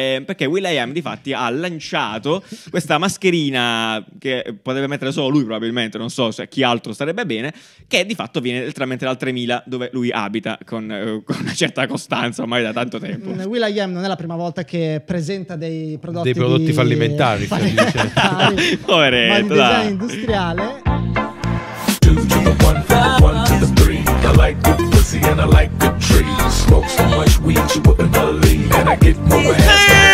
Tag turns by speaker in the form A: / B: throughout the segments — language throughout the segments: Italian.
A: Eh, perché Will.i.am difatti ha lanciato questa mascherina che potrebbe mettere solo lui probabilmente, non so se chi altro starebbe bene, che di fatto viene letteralmente dal 3000 dove lui abita con, eh, con una certa costanza ormai da tanto tempo.
B: Mm, Will.i.am non è la prima volta che presenta dei prodotti,
C: Dei prodotti
B: di-
C: fallimentari, stai dicendo.
B: fallimentari, ma
A: Poveretto,
B: di
A: dai.
B: design industriale.
D: Two to the one, one to the three. I like the pussy and I like the tree. Smoke so much weed you wouldn't believe, and I get more ass than a joke.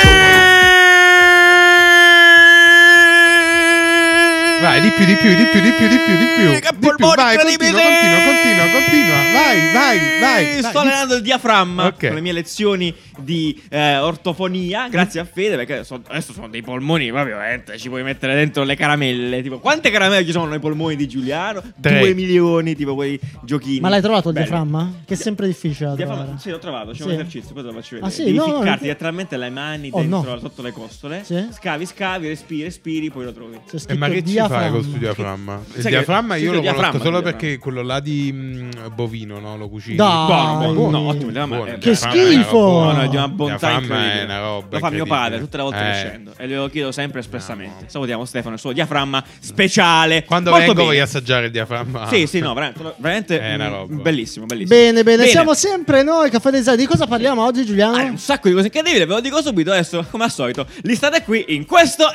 C: Vai, di più, di più, di più, di più, di più, di più. Di più. Vai, continua, continua, continua, continua. Vai, vai, vai.
A: Eh, Sto
C: vai.
A: allenando il diaframma
C: Ok.
A: con le mie lezioni di eh, ortofonia. Grazie a Fede, perché so- adesso sono dei polmoni. Proprio veramente, ci puoi mettere dentro le caramelle. Tipo, quante caramelle ci sono nei polmoni di Giuliano?
C: Tre.
A: Due milioni, tipo quei giochini.
B: Ma l'hai trovato il
A: Belli.
B: diaframma? Che è sempre difficile da
A: Diaframma-
B: trovare.
A: Sì, l'ho trovato. C'è
B: Sì.
A: un esercizio, poi te lo faccio vedere.
B: Ah, sì?
A: Devi
B: No, no,
A: ficcarti
B: no.
A: letteralmente le mani
B: Oh,
A: dentro,
B: no.
A: sotto le costole.
B: Sì.
A: Scavi, scavi, respiri, respiri, poi lo trovi.
B: C'è
C: E
B: scritto
C: Eh, ma che ci fai
B: diaframma.
C: con studio diaframma? Il
A: che-
C: diaframma
A: sì,
C: io lo
A: il diaframma,
C: conosco solo
A: il diaframma.
C: perché quello là di mm, bovino, no? Lo cucini.
B: Dai.
A: Buono, buono,
B: Ah, Buono.
A: No, ottimo. il diaframma
C: Buono,
A: è-
C: il
B: Che
C: diaframma è una
B: schifo!
C: roba buona.
A: No, no, è di una
C: Il
A: bontà
C: diaframma
A: incredibile.
C: è una roba
A: Lo fa mio
C: incredibile.
A: padre tutte le volte
C: Eh.
A: che scendo E glielo chiedo sempre espressamente Salutiamo Stefano Il suo diaframma speciale
C: Quando
A: Molto
C: vengo
A: bene.
C: voglio assaggiare il diaframma.
A: Sì, sì, no, veramente, veramente,
C: È una
A: mm,
C: roba.
A: Bellissimo, bellissimo
B: Bene, bene, siamo sempre noi, Caffè Design. Di cosa parliamo oggi, Giuliano?
A: Ah, è un sacco di cose incredibili, ve lo dico subito adesso, come al solito. Listate qui in questo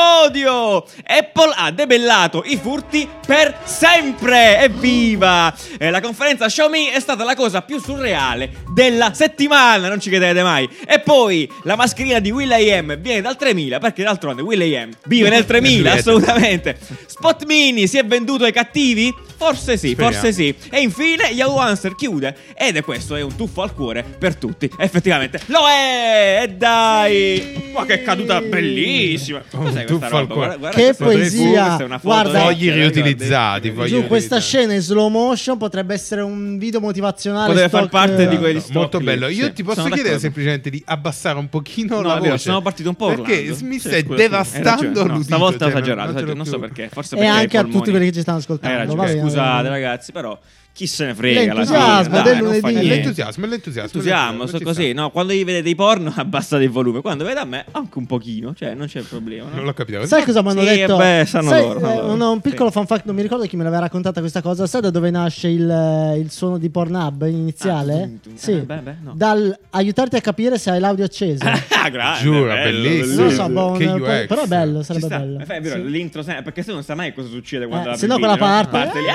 A: episodio! Apple ha debellato i furti per sempre! Evviva! Eh, la conferenza Xiaomi è stata la cosa più surreale della settimana, non ci crederete mai. E poi la mascherina di Will.i.am viene dal 3000, perché d'altronde Will.i.am vive nel 3000, assolutamente. Spot Mini si è venduto ai cattivi? Forse sì,
C: Speriamo.
A: forse sì sì. E infine Yahoo Answer chiude. Ed è questo, è un tuffo al cuore per tutti. Effettivamente. Lo è! E dai! Ma che caduta bellissima!
C: Un
A: Cos'è
C: tuffo
A: questa
C: al
A: roba? Guarda-
C: cuore.
A: guarda
B: Che
A: questa-
B: poesia!
A: questa è una foto.
B: Guarda-
C: Fogli riutilizzati, fogli-
B: Giù,
C: voglio
B: questa
C: dire.
B: scena in slow motion potrebbe essere un video motivazionale.
A: Potrebbe
B: stock- eh,
A: far parte di quei-
C: Esatto,
A: stock
C: molto
A: lì,
C: bello. Io
A: sì.
C: ti posso
A: Sono
C: chiedere
A: d'accordo.
C: semplicemente di abbassare un pochino
A: No,
C: la
A: è
C: voce.
A: vero, sono partito un po'
C: Perché
A: urlando.
C: Smith
A: Sì,
C: stai
A: scusa, hai ragione.
C: devastando
A: No,
C: l'udito,
A: stavolta ho
C: cioè,
A: esagerato,
C: ce
A: non,
C: l'ho
A: so
C: più.
A: perché, forse
B: E
A: perché
B: anche
A: i
B: a tutti
A: polmoni-
B: quelli che ci stanno ascoltando,
A: Hai ragione,
B: va bene.
A: scusate ragazzi, però chi se ne frega alla fine,
B: L'entusiasmo
A: dai,
B: del
A: non fa
B: lunedì.
A: niente.
C: L'entusiasmo, l'entusiasmo,
A: Entusiasmo,
C: l'entusiasmo,
A: so
C: ci
A: così,
C: sta.
A: no, quando gli vedete i porno abbassate il volume, quando vedete a me anche un pochino, cioè non c'è problema, no?
C: Non l'ho capito.
B: Sai cosa mi hanno
A: Sì,
B: detto?
A: beh, sanno
B: Sai,
A: loro, sanno
B: eh,
A: loro.
B: un, un piccolo
A: Sì.
B: fan fact, non mi ricordo chi me l'aveva raccontata questa cosa. Sai da dove nasce il, eh, il suono di Pornhub
A: Ah,
B: iniziale?
A: tum, tum.
B: sì,
A: Eh, beh, beh, no.
B: dal aiutarti a capire se hai l'audio acceso.
A: Ah, grande,
C: Giura,
A: bello,
C: bellissimo.
B: non lo so,
C: Sì,
B: boh, un-
C: che
B: poi-
C: UX.
B: però è bello,
A: Ci
B: sarebbe
A: sta.
B: bello.
A: Eh, È vero,
B: Sì.
A: l'intro sempre, perché se non sa mai cosa succede quando
B: Eh,
A: apri
B: se no
A: il
B: quella
A: video, no?
B: parte-
A: lì, ah,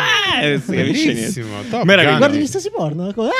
A: non si capisce
C: Bellissimo,
A: niente.
C: Top
A: Meraviglioso.
C: Gun.
B: Guardi gli stessi porno? Ecco, ah!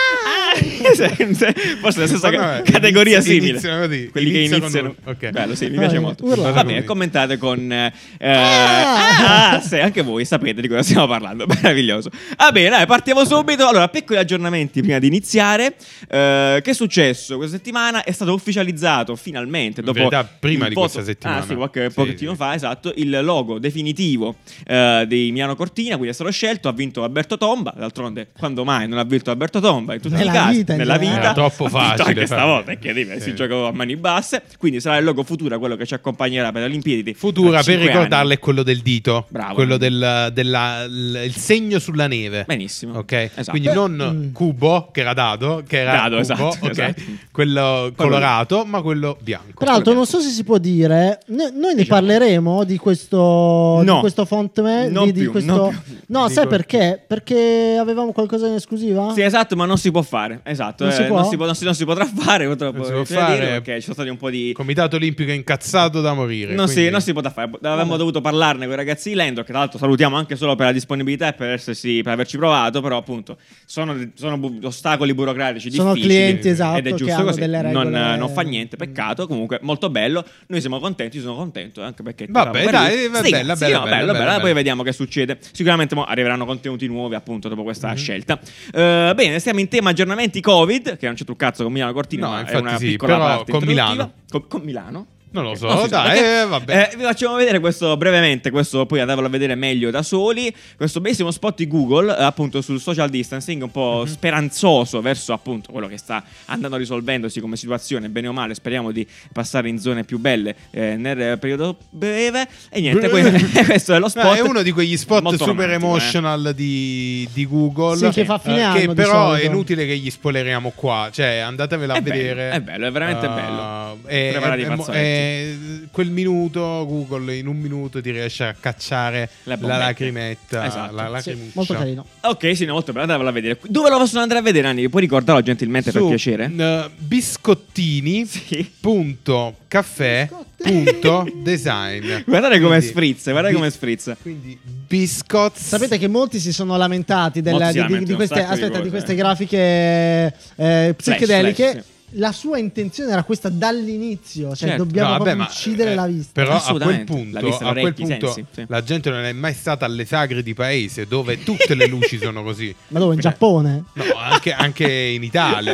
A: Forse la stessa
C: Ma
A: ca-
C: no, eh,
A: categoria
C: inizia-
A: simile.
C: iniziano così,
A: Quelli che
C: iniziano
A: iniziano.
C: con- ok.
A: Bello, sì, mi piace
B: Ah,
A: molto.
B: urlate.
A: Va bene, commentate con. eh,
B: Ah!
A: ah, se anche voi sapete di cosa stiamo parlando. Meraviglioso. Va bene, dai, partiamo subito. Allora, piccoli aggiornamenti prima di iniziare. Eh, che è successo questa settimana? È stato ufficializzato finalmente. Dopo
C: In realtà, prima
A: il
C: di
A: voto-
C: questa settimana.
A: Ah, sì, qualche
C: Sì,
A: pochettino
C: sì.
A: fa, esatto. Il logo definitivo eh, di Milano Cortina. Quindi è stato scelto. Ha vinto Alberto Tomba. D'altronde, quando mai non ha vinto Alberto Tomba? In tutti
B: Nella
A: i casi,
B: vita, in
A: nella
B: generale.
A: vita.
C: Era troppo
A: Ha vinto
C: facile,
A: Anche stavolta,
C: infatti.
A: è incredibile. Si
C: Sì.
A: giocava a mani basse. Quindi sarà il logo Futura quello che ci accompagnerà per le Olimpiadi.
C: Futura, per
A: cinque
C: ricordarle,
A: anni.
C: è quello del dito.
A: Bravo.
C: Quello del della- l- il segno sulla neve.
A: Benissimo.
C: Ok?
A: Esatto.
C: Quindi non
B: Mm.
C: cubo, che era dado, che era
A: Dado,
C: cubo,
A: esatto,
C: ok?
A: esatto.
C: Quello colorato, ma quello bianco.
B: Tra l'altro, non so se si può dire, no- noi ne parleremo di questo,
A: Diciamo. No.
B: di questo font. me-
A: Non
B: di, di
A: più,
B: questo-
A: non più.
B: No,
C: Dico-
B: sai perché? Perché avevamo qualcosa in esclusiva?
A: Sì, esatto, ma non si può fare. Esatto,
B: Non
A: eh,
B: si può?
A: Non, si può- non si- non si potrà fare. Purtroppo,
C: Non si può
A: bisogna dire,
C: fare.
A: Perché ci sono stati un po' di.
C: Comitato olimpico incazzato da morire.
A: Non, si,
C: quindi-
A: non si potrà fare. Avevamo dovuto parlarne con i ragazzi di Lendo, che tra l'altro salutiamo anche solo per la disponibilità e per, essersi, per averci provato. Però, appunto, sono, sono bu- ostacoli burocratici
B: Sono
A: difficili.
B: clienti, esatto,
A: Ed è
B: che
A: giusto
B: hanno
A: così.
B: delle
A: non,
B: regole- Mm.
A: eh, non fa niente, peccato. Comunque, molto bello. Noi siamo contenti, sono contento anche perché.
C: Vabbè,
A: eravamo per
C: dai,
A: lì.
C: va
A: Sì,
C: bella,
A: sì,
C: bella,
A: no,
C: bella,
A: bello,
C: bella,
A: bello. Poi
C: bella.
A: vediamo che succede. Sicuramente mo arriveranno contenuti nuovi, appunto, dopo questa
C: Mm-hmm.
A: scelta. Eh, bene, stiamo in tema aggiornamenti COVID, che non c'è truccazzo con Milano Cortina,
C: No,
A: ma è
C: infatti
A: una
C: sì,
A: piccola
C: però
A: parte
C: con
A: introduttiva.
C: Milano.
A: Con, con Milano.
C: Non lo so,
A: No, sì,
C: dai,
A: perché-
C: eh, vabbè.
A: eh, vi facciamo vedere questo brevemente, questo poi andavolo a vedere meglio da soli. Questo bellissimo spot di Google, eh, appunto sul social distancing, un po'
C: Mhm.
A: speranzoso verso appunto quello che sta andando risolvendosi come situazione, bene o male. Speriamo di passare in zone più belle eh, nel periodo breve. E niente, que- questo è lo spot.
C: No, è uno di quegli spot
A: Molto
C: super
A: romantico, eh.
C: emotional di, di Google.
B: Sì, che fa
C: eh,
B: fine anno
C: che
B: di
C: però è
B: solito.
C: inutile che gli spoileriamo qua. Cioè, andatevela a
A: È bello,
C: vedere.
A: è bello, è veramente
C: Ah,
A: bello.
C: è-
A: Preparati i
C: è- è-
A: fazzoletti.
C: è- quel minuto, Google, in un minuto ti riesce a cacciare
A: La
C: la,
A: bombetta.
C: lacrimetta.
A: Esatto.
C: La
B: Sì,
C: lacrimuccia.
B: molto carino.
A: Ok, sì, no, molto bello, andavolo a vedere. Dove lo possono andare a vedere, Anni? Puoi ricordarlo gentilmente per
C: Su,
A: piacere?
C: eh, biscottini.
A: Sì.
C: Punto caffè punto design.
A: Guardate come
C: Quindi,
A: sfrizza, guardate
C: bi-
A: come sfrizza.
C: Quindi biscotti.
B: Sapete che molti si sono lamentati della-
A: Molti si
B: di- di,
A: lamentano
B: di
A: un
B: queste,
A: sacco di
B: aspetta,
A: cose.
B: di queste grafiche eh, psichedeliche.
A: flash,
B: La sua intenzione era questa dall'inizio, cioè
A: Certo.
B: dobbiamo
C: No, vabbè,
B: proprio
C: ma,
B: uccidere
C: eh,
B: la vista.
C: Però a quel
A: Assolutamente.
C: punto,
A: La vista,
C: a quel
A: l'orecchi, i
C: punto
A: sensi, sì.
C: la gente non è mai stata alle sagre di paese dove tutte le luci sono così.
B: Ma dove? In Giappone?
C: No, anche, anche in Italia.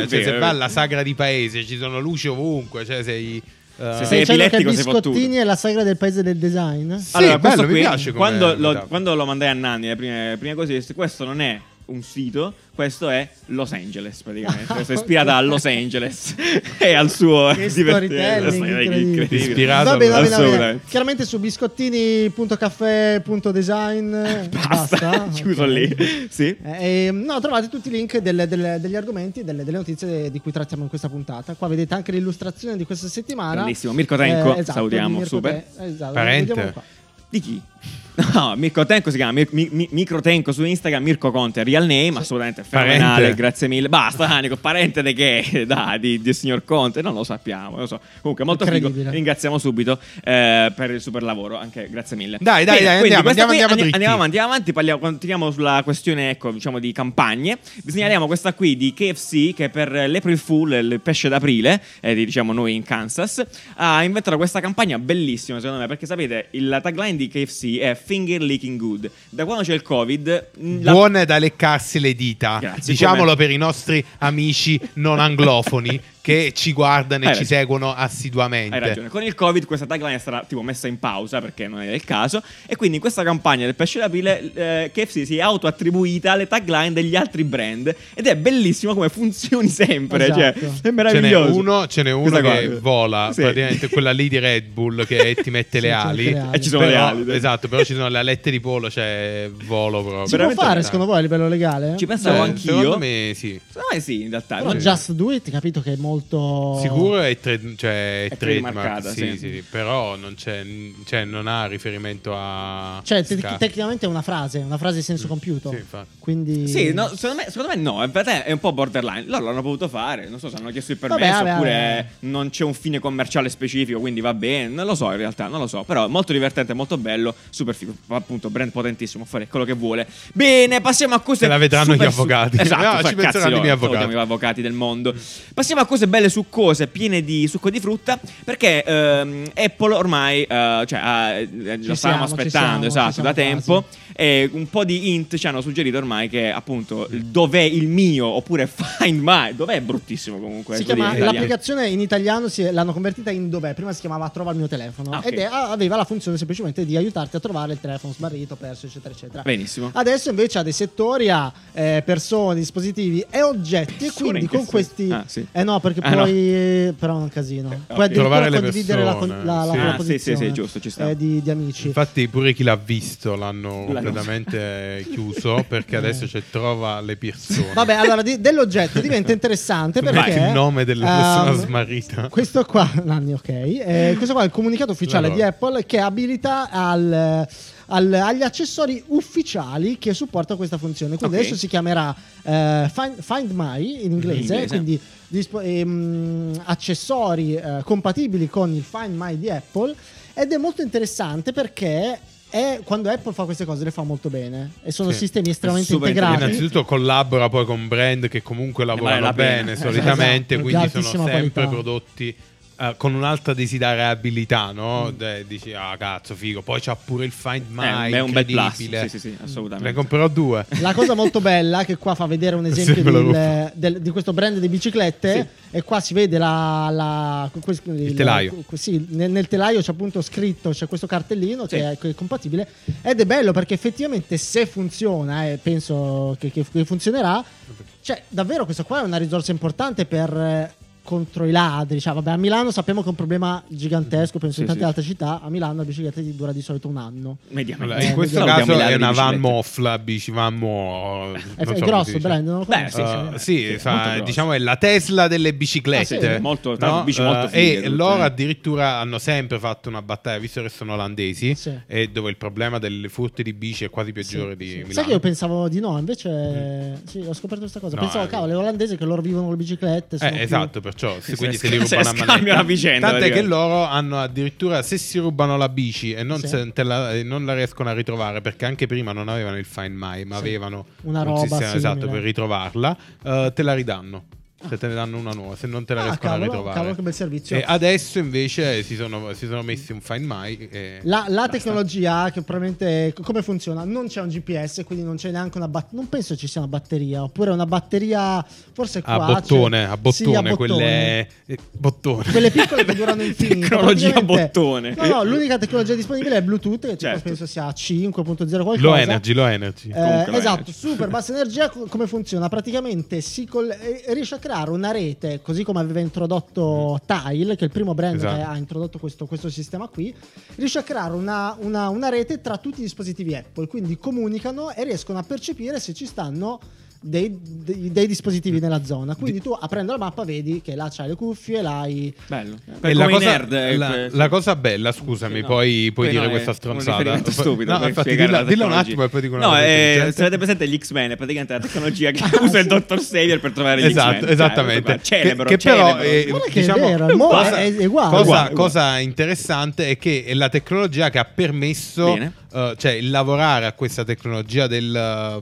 A: È
C: Cioè,
A: vero,
C: se
A: è
C: vai
A: vero.
C: alla sagra di paese ci sono luci ovunque. Cioè, sei. eh,
A: Se
B: Stai
A: sei-
B: dicendo che
A: epilettico sei
B: Cioè, biscottini
A: fottuto.
B: è la sagra del paese del design?
C: sì,
A: allora, questo
C: bello,
A: qui,
C: mi piace come
A: quando, lo,
C: metafora.
A: quando lo mandai a Nanni, le prime, le prime cose, disse, questo non è un sito, questo è Los Angeles praticamente. Questo è ispirata a Los Angeles e al suo
B: Che
A: divertente-
B: storytelling incredibile.
C: Ispirato
B: Va bene, va bene, va bene.
A: Assolutamente.
B: Chiaramente su biscottini.caffè.design eh,
A: Basta, chiuso
B: ok.
A: lì. Sì.
B: Eh, e, no, trovate tutti i link delle- delle- degli argomenti, delle, delle notizie di cui trattiamo in questa puntata. Qua vedete anche l'illustrazione di questa settimana.
A: Grandissimo. Mirko Tenco,
B: esatto,
A: salutiamo,
B: di Mirko
A: super.
B: Te- esatto,
C: Parente.
B: vediamo qua.
A: Di chi? No, Mirko Tenco si chiama Mir- Mi- Mi- Micro Tenco su Instagram, Mirko Conte, real name, assolutamente fenomenale,
C: Parente.
A: grazie mille. Basta, Anico, parente di che? Dai, di, di signor Conte, non lo sappiamo, non lo so. Comunque, molto figo,
B: Incredibile.
A: ringraziamo subito eh, per il super lavoro, anche grazie mille.
C: Dai, dai, dai,
A: quindi
C: andiamo,
A: questa
C: andiamo,
A: qui-
C: andiamo
A: andi-
C: dritti.
A: andiamo avanti, andiamo avanti, parliamo- continuiamo sulla questione, ecco, diciamo, di campagne. Vi segnaliamo questa qui di KFC, che per l'April Fool, il pesce d'aprile, eh, di- diciamo noi in Kansas, ha inventato questa campagna bellissima secondo me perché sapete il tagline di KFC è finger licking good da quando c'è il covid mh, la-
C: Buone da leccarsi le dita.
A: Grazie,
C: Diciamolo
A: come-
C: per i nostri amici non anglofoni che ci guardano e
A: Hai
C: ci
A: ragione.
C: seguono assiduamente.
A: hai ragione con il covid questa tagline sarà tipo messa in pausa perché non era il caso e quindi in questa campagna del pesce d'aprile eh, KFC si è autoattribuita le tagline degli altri brand ed è bellissimo come funzioni sempre cioè
B: Esatto.
A: è
C: Ce n'è
A: meraviglioso
C: uno, ce n'è uno
A: Questa
C: che
A: qua.
C: vola,
A: Sì.
C: praticamente quella lì di Red Bull che ti mette
B: Sì,
C: le
B: ci mette
C: ali.
B: le ali.
A: e ci sono
C: Però-
A: le ali dai.
C: Esatto, però ci sono le alette di polo, cioè volo proprio.
B: Si può
A: Veramente
B: fare
A: tanto.
B: secondo voi a livello legale?
A: Ci
C: Eh,
A: pensavo anch'io.
C: Secondo me sì.
A: Secondo me Eh sì in realtà
B: Però
A: Non-
B: Just Do It, capito che è molto...
C: Sicuro è, trade- cioè,
A: È
C: è
A: trademarcata,
C: trademark, sì,
A: sì.
C: sì, sì. però non, c'è, cioè, non ha riferimento a...
B: Cioè, te-
C: Scar-
B: tecnicamente è una frase, una frase di senso compiuto.
C: Sì, infatti.
B: Quindi...
A: Sì, no, secondo, me, secondo me no, in realtà è un po' borderline. Loro l'hanno potuto fare, non so se hanno chiesto il permesso
B: Vabbè, vabbè,
A: oppure
B: vabbè.
A: non c'è un fine commerciale specifico, quindi va bene, non lo so in realtà, non lo so, però è molto divertente, molto bello, super figo, appunto brand potentissimo, fare quello che vuole. Bene, passiamo a cose
C: Se la vedranno
A: super
C: gli avvocati.
A: su- Esatto,
C: No,
A: cioè,
C: ci penseranno
A: cazzi
C: i miei
A: loro,
C: avvocati.
A: salutiamo gli avvocati del mondo. Passiamo a cose belle succose, piene di succo di frutta, perché ehm, Apple ormai eh, cioè, ha- eh, lo
B: Ci
A: stavamo
B: siamo, ci
A: aspettando,
B: siamo, ci
A: esatto,
B: siamo
A: da
B: quasi.
A: tempo. E un po' di int ci hanno suggerito ormai che appunto il dov'è il mio oppure find my dov'è è bruttissimo comunque
B: Si
A: devo
B: chiama,
A: dire, in italiano.
B: l'applicazione in italiano si è- l'hanno convertita in dov'è? Prima si chiamava Trova il mio telefono
A: Ah, ok.
B: ed è- aveva la funzione semplicemente di aiutarti a trovare il telefono smarrito, perso, eccetera, eccetera.
A: benissimo
B: Adesso invece ha dei settori a eh, persone, dispositivi e oggetti. E
A: Persone in
B: quindi
A: che
B: con questi.
A: senso? Ah, sì.
B: Eh no, perché
A: Ah, Eh,
B: poi. Però è un casino. Puoi addirittura
C: Trovare le
B: condividere la,
C: persone,
B: la, la-
C: sì.
B: la
A: Ah, sì, sì, sì,
B: posizione,
A: giusto, ci sta.
B: eh, di, di amici.
C: Infatti pure chi l'ha visto l'hanno
A: L'hanno-
C: completamente chiuso perché adesso c'è trova le persone.
B: Vabbè, allora di- dell'oggetto diventa interessante
C: Metti
B: perché
C: il nome della persona
B: ehm,
C: smarrita.
B: Questo qua, Nanni, ok. eh, questo qua è il comunicato ufficiale
C: Allora.
B: di Apple che abilita al- al- agli accessori ufficiali che supportano questa funzione. Quindi
A: Ok.
B: adesso si chiamerà eh, Find, Find My in inglese,
A: In inglese.
B: quindi dispo- ehm, accessori eh, compatibili con il Find My di Apple. Ed è molto interessante perché è- quando Apple fa queste cose le fa molto bene e sono
C: Sì.
B: sistemi estremamente
A: Super
B: integrati.
C: Innanzitutto collabora poi con brand che comunque
A: vale
C: lavorano
A: Eh, la pena.
C: bene
A: Esatto.
C: solitamente,
B: Esatto, di
C: quindi sono
B: altissima
C: sempre
B: qualità.
C: prodotti eh, eh, con un'alta desiderabilità, no?
B: Mm.
C: De- dici, ah, cazzo, figo. Poi c'ha pure il Find My,
A: Eh, è un bel plus.
C: incredibile.
A: Sì, sì, sì, assolutamente.
C: Ne comprerò due.
B: La cosa molto bella, che qua fa vedere un
C: Sì,
B: esempio
C: me la
B: del-
C: ruffo.
B: del- di questo brand di biciclette, e qua si vede la, la- que- il,
C: telaio.
B: sì, nel, nel telaio c'è appunto scritto, c'è questo cartellino
A: Sì.
B: che è, che è compatibile ed è bello perché effettivamente se funziona, e penso che, che- che funzionerà, cioè davvero questa qua è una risorsa importante per... eh, Contro i ladri, cioè, vabbè, a Milano sappiamo che è un problema gigantesco, penso in
A: Sì,
B: tante
A: sì.
B: alltre città. A Milano la bicicletta ti dura di solito un anno.
A: Mediamente.
C: Allora, in
B: Eh,
C: questo
A: Salutiamo
C: caso
A: i ladri
C: è
A: di
C: una van
A: biciclette.
C: moff, la bici van mo-
B: È,
C: non so
B: è
C: come
B: grosso
C: si
B: il
C: dice.
B: brand, non lo
A: Beh, Eh,
B: conosco.
A: sì, sì.
C: Uh,
A: sì,
C: sì,
A: molto
C: fa-
A: grosso.
C: diciamo è la Tesla delle biciclette.
A: Ah, sì, molto- tra l'altro, bici molto
C: Uh,
A: fighe
C: e
A: tutte.
C: loro addirittura hanno sempre fatto una battaglia, visto che sono olandesi,
B: Sì.
C: e dove il problema delle furti di bici è quasi peggiore
B: Sì,
C: di
B: sì.
C: Milano.
B: Sai che io pensavo di no, invece sì, ho scoperto questa cosa.
C: Mm. No,
B: pensavo,
C: eh.
B: cavolo, le olandesi che loro vivono con le biciclette. sono
C: Eh,
B: più-
C: esatto, perciò
A: se
C: se, quindi
A: sc-
C: se li
A: se
C: rubano a
A: scambiano
C: manetta.
A: la vicenda,
C: Tant'è che
A: praticamente.
C: loro hanno addirittura se si rubano la bici e non,
B: Sì.
C: se- te la, e non la riescono a ritrovare perché anche prima non avevano il find my, ma
B: Sì.
C: avevano
B: Una
C: un
B: roba
C: sistema esatto
B: simile.
C: per ritrovarla, eh, te la ridanno. Se te ne danno una nuova, se non te la
B: Ah,
C: riescono
B: cavolo,
C: a ritrovare.
B: cavolo, che bel servizio.
C: E adesso invece si sono, si sono messi un eh, find my e-
B: La, la tecnologia che probabilmente co- come funziona? Non c'è un GPS, quindi non c'è neanche una batteria. Non penso ci sia una batteria, oppure una batteria forse qua
C: a bottone,
B: c'è-
C: a bottone,
B: Sì, a bottone.
C: quelle eh, bottone.
B: Quelle piccole che durano infinito.
A: Tecnologia
B: praticamente-
A: bottone.
B: No, no, l'unica tecnologia disponibile è Bluetooth, che tipo
A: Certo.
B: penso sia 5.0 qualcosa.
C: Low energy, low energy.
B: Eh,
A: Comunque lo è.
B: esatto, super bassa energia. co- Come funziona? Praticamente si coll- eh, riesce a creare una rete, così come aveva introdotto Tile, che è il primo brand che
C: Mm. Esatto.
B: ha introdotto questo, questo sistema qui. Riesce a creare una, una- una rete tra tutti i dispositivi Apple, quindi comunicano e riescono a percepire se ci stanno. Dei, dei- dei dispositivi
C: Mm.
B: nella zona quindi tu aprendo la mappa vedi che là c'hai le cuffie là hai
A: Bello.
C: E
A: Per come i nerd, eh,
C: la-
A: per-
C: la cosa bella, scusami,
A: Sì, no.
C: poi puoi
A: Poi
C: dire
A: no, è
C: questa
A: un
C: stronzata.
A: riferimento stupido
C: No,
A: per
C: infatti,
A: spiegare
C: dilla,
A: la
C: dilla un
A: tecnologia.
C: attimo e poi dico una
A: No,
C: cosa
A: eh,
C: intelligente.
A: se avete presente gli X-Men, è praticamente la tecnologia che usa il dottor Xavier per trovare gli X-Men.
C: Esatto,
A: Cioè,
C: esattamente.
A: Celebro,
C: che, che però
A: celebro.
C: eh,
B: Guarda che è
C: diciamo,
B: vero, il mo-
C: cosa-
B: è- è uguale.
C: Cosa,
A: Uguale,
C: cosa interessante è che è la tecnologia che ha permesso,
A: Bene.
C: eh, cioè il lavorare a questa tecnologia del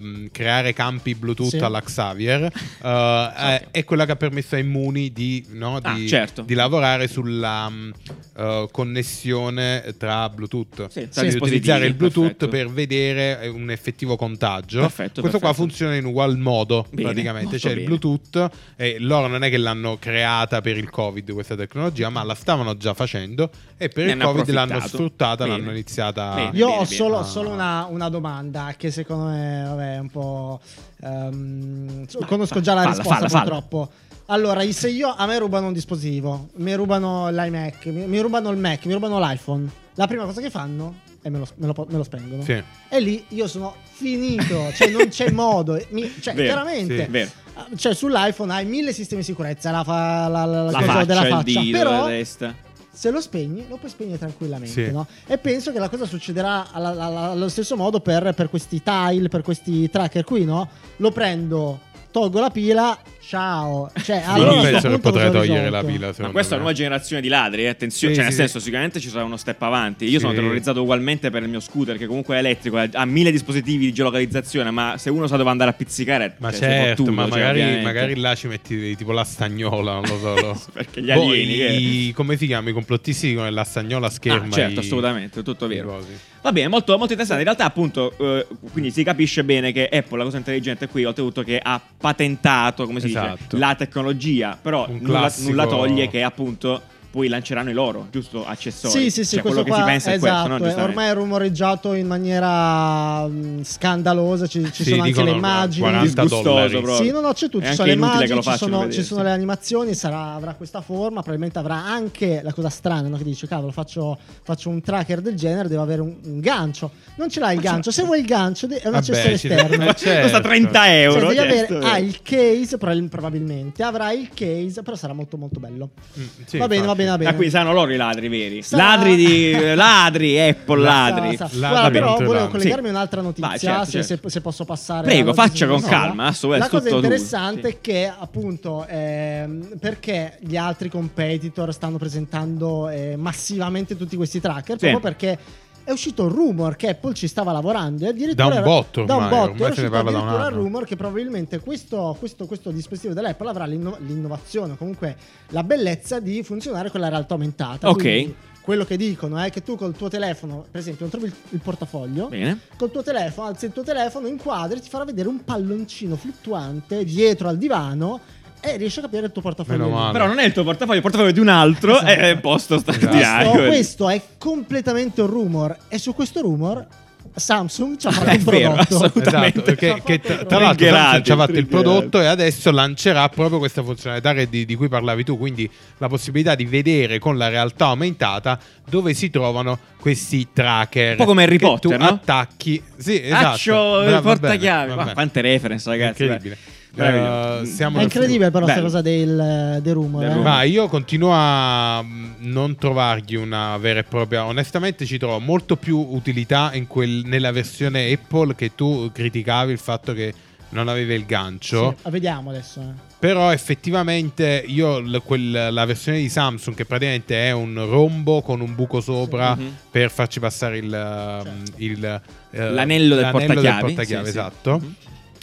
C: mm, creare campi Bluetooth
B: Sì.
C: alla Xavier, eh, è, è quella che ha permesso ai Muni di, no,
A: Ah,
C: di-
A: certo.
C: di lavorare sulla mm, eh, connessione tra Bluetooth,
A: Sì, tra
C: di
A: dispositivi,
C: utilizzare il Bluetooth
A: perfetto.
C: per vedere eh, un effettivo contagio.
A: Perfetto,
C: Questo qua
A: perfetto.
C: funziona in ugual modo
A: Bene,
C: praticamente,
A: molto
C: cioè il
A: bene.
C: Bluetooth. Bluetooth, e loro non è che l'hanno creata per il Covid questa tecnologia, ma la stavano già facendo e per
A: Ne
C: il
A: hanno
C: Covid l'hanno
A: approfittato.
C: sfruttata,
A: Bene.
C: l'hanno iniziata
A: Bene.
B: Io ho
A: bene.
B: solo,
C: Ah.
B: solo una, una domanda che secondo me vabbè, è un po'... ehm, so-
A: Vai,
B: conosco
A: fa-
B: già la
A: falla,
B: risposta
A: falla, falla.
B: purtroppo. Allora, se io a me rubano un dispositivo, mi rubano l'iMac, mi, mi rubano il Mac, mi rubano l'iPhone, la prima cosa che fanno è me lo, me lo- me lo spengono.
C: Sì.
B: E lì io sono finito, cioè non c'è modo. Mi- cioè,
A: Vero,
B: chiaramente...
C: sì,
A: Vero.
B: Cioè, sull'iPhone hai mille sistemi di sicurezza, la, fa- la- la- la
A: La
B: cosa
A: faccia,
B: della faccia,
A: il dito, eh,
B: però
A: la testa.
B: se lo spegni, lo puoi spegnere tranquillamente.
C: Sì.
B: no? E penso che la cosa succederà alla- alla- allo stesso modo per, per questi tile, per questi tracker qui, no? Lo prendo, tolgo la pila, ciao. Cioè,
C: Ma
B: allora a
C: non
B: questo
C: penso che
B: punto
C: potrei
B: cosa ho
C: togliere la
B: risolto?
C: pila.
A: Ma
C: secondo
A: questa è
C: me.
A: una nuova generazione di ladri, eh, attenzione,
C: Sì,
A: cioè,
C: sì,
A: nel
C: sì.
A: senso, sicuramente ci sarà uno step avanti. Io
C: Sì.
A: sono terrorizzato ugualmente per il mio scooter, che comunque è elettrico, ha- ha mille dispositivi di geolocalizzazione, ma se uno sa dove andare a pizzicare,
C: Ma
A: cioè, sei
C: certo,
A: fottuto,
C: ma
A: cioè,
C: magari,
A: ovviamente.
C: magari là ci metti tipo la stagnola, non lo so. lo-
A: Perché gli
C: Boh,
A: alieni, che-
C: i- come si chiama? I complottisti dicono è la stagnola a scherma.
A: Ah, certo,
C: i-
A: assolutamente, tutto
C: i
A: vero.
C: cosi.
A: Va bene, molto, molto interessante. In realtà, appunto, eh, quindi si capisce bene che Apple, la cosa intelligente qui, oltretutto che ha patentato, come si dice,
C: Esatto.
A: la tecnologia, però
C: Un
A: nulla,
C: classico-
A: nulla toglie che, appunto, poi lanceranno i loro, giusto? Accessori.
B: Sì, sì, sì,
A: Cioè,
B: questo
A: quello che si
B: qua
A: pensa
B: esatto,
A: è questo, no?
B: è
C: eh,
A: Giustamente.
B: ormai è rumoreggiato in maniera mh, scandalosa, ci, ci
C: Sì,
B: sono anche le
C: dicono
B: immagini.
C: 40
A: Disgustoso
C: dollari.
A: proprio.
B: Sì, no, no, c'è
A: È
B: tutto, ci
A: anche
B: sono le
A: inutile che
B: immagini,
A: lo
B: ci
A: facciano
B: sono,
A: vedere,
B: ci sono
A: sì.
B: le animazioni, sarà- avrà questa forma, probabilmente avrà anche la cosa strana, no? che dice, cavolo, faccio, faccio un tracker del genere, devo avere un, un gancio. Non ce l'hai il gancio, se vuoi il gancio de- è un
C: Vabbè,
B: accessorio
C: ci-
B: esterno.
C: eh, certo.
A: Costa 30 euro.
B: Cioè, devi
A: certo,
B: avere,
A: vero.
B: ha il case, prob- probabilmente, avrà il case, però sarà molto molto bello.
C: Mm, sì,
B: va bene, va
C: infatti.
B: bene, va bene.
A: Ah, qui saranno loro i ladri veri.
B: Sarà-
A: Ladri di ladri, Apple
B: Sa-
A: ladri.
B: sa-
C: Ladri
B: Guarda, però
C: contro
B: volevo
C: ladri.
B: collegarmi
A: Sì.
B: a un'altra notizia,
A: Vai, certo,
B: se,
A: certo.
B: se- se posso passare.
A: Prego,
B: alla
A: faccia con
B: notizia nuova.
A: calma, adesso è
B: La cosa
A: tutto tu.
B: interessante
A: Sì.
B: è che, appunto, ehm, perché gli altri competitor stanno presentando eh, massivamente tutti questi tracker?
A: Sì.
B: Proprio perché è uscito il rumor che Apple ci stava lavorando e addirittura
C: Da un
B: era-
C: botto
B: da un
C: ormai,
B: botto
C: ormai
B: era
C: se ne
B: uscito
C: parla da un
B: addirittura il
C: anno.
B: rumor che probabilmente questo, questo, questo dispositivo dell'Apple avrà l'inno- l'innovazione comunque la bellezza di funzionare con la realtà aumentata
A: Ok.
B: Quindi quello che dicono è che tu col tuo telefono per esempio non trovi il, il portafoglio
A: Bene.
B: col tuo telefono, alzi il tuo telefono, inquadri, ti farà vedere un palloncino fluttuante dietro al divano e riesci a capire il tuo portafoglio.
C: Meno
B: lì.
C: male.
A: Però non è il tuo portafoglio, è il portafoglio di un altro
B: Esatto.
A: e è posto sta
C: Esatto.
A: di
B: Questo,
A: Icon.
B: questo è completamente un rumor e su questo rumor Samsung ci ha fatto
A: È
B: un
A: vero,
B: prodotto.
A: assolutamente.
C: Esatto, che, che tra tra l'altro
A: Triggerati,
C: Samsung ci ha fatto il
A: triggerati.
C: prodotto e adesso lancerà proprio questa funzionalità che- di, di cui parlavi tu, quindi la possibilità di vedere con la realtà aumentata dove si trovano questi tracker.
A: Un po' come Harry
C: Che
A: Potter,
C: tu
A: no?
C: attacchi. Sì, esatto.
A: Accio,
C: Bra- va
A: il portachiavi.
C: bene, va
A: Ma
C: bene.
A: quante reference, ragazzi.
C: Incredibile.
A: dai.
C: Eh,
A: Meraviglioso.
C: siamo
B: È
C: nel
B: incredibile però questa
A: Bello.
B: cosa del, del rumor.
A: Del
B: eh.
A: rumor.
C: Ma io continuo a mh, non trovargli una vera e propria. Onestamente, ci trovo molto più utilità in quel- nella versione Apple che tu criticavi il fatto che non aveva il gancio.
B: Sì, ah, vediamo adesso. eh.
C: Però effettivamente io l- quel- la versione di Samsung, che praticamente è un rombo con un buco sopra
A: Mhm. Certo.
C: per farci passare il, ehm, il, eh,
A: L'anello del portachiavi.
C: portachiavi,
A: Sì, sì.
C: esatto.
A: Mhm.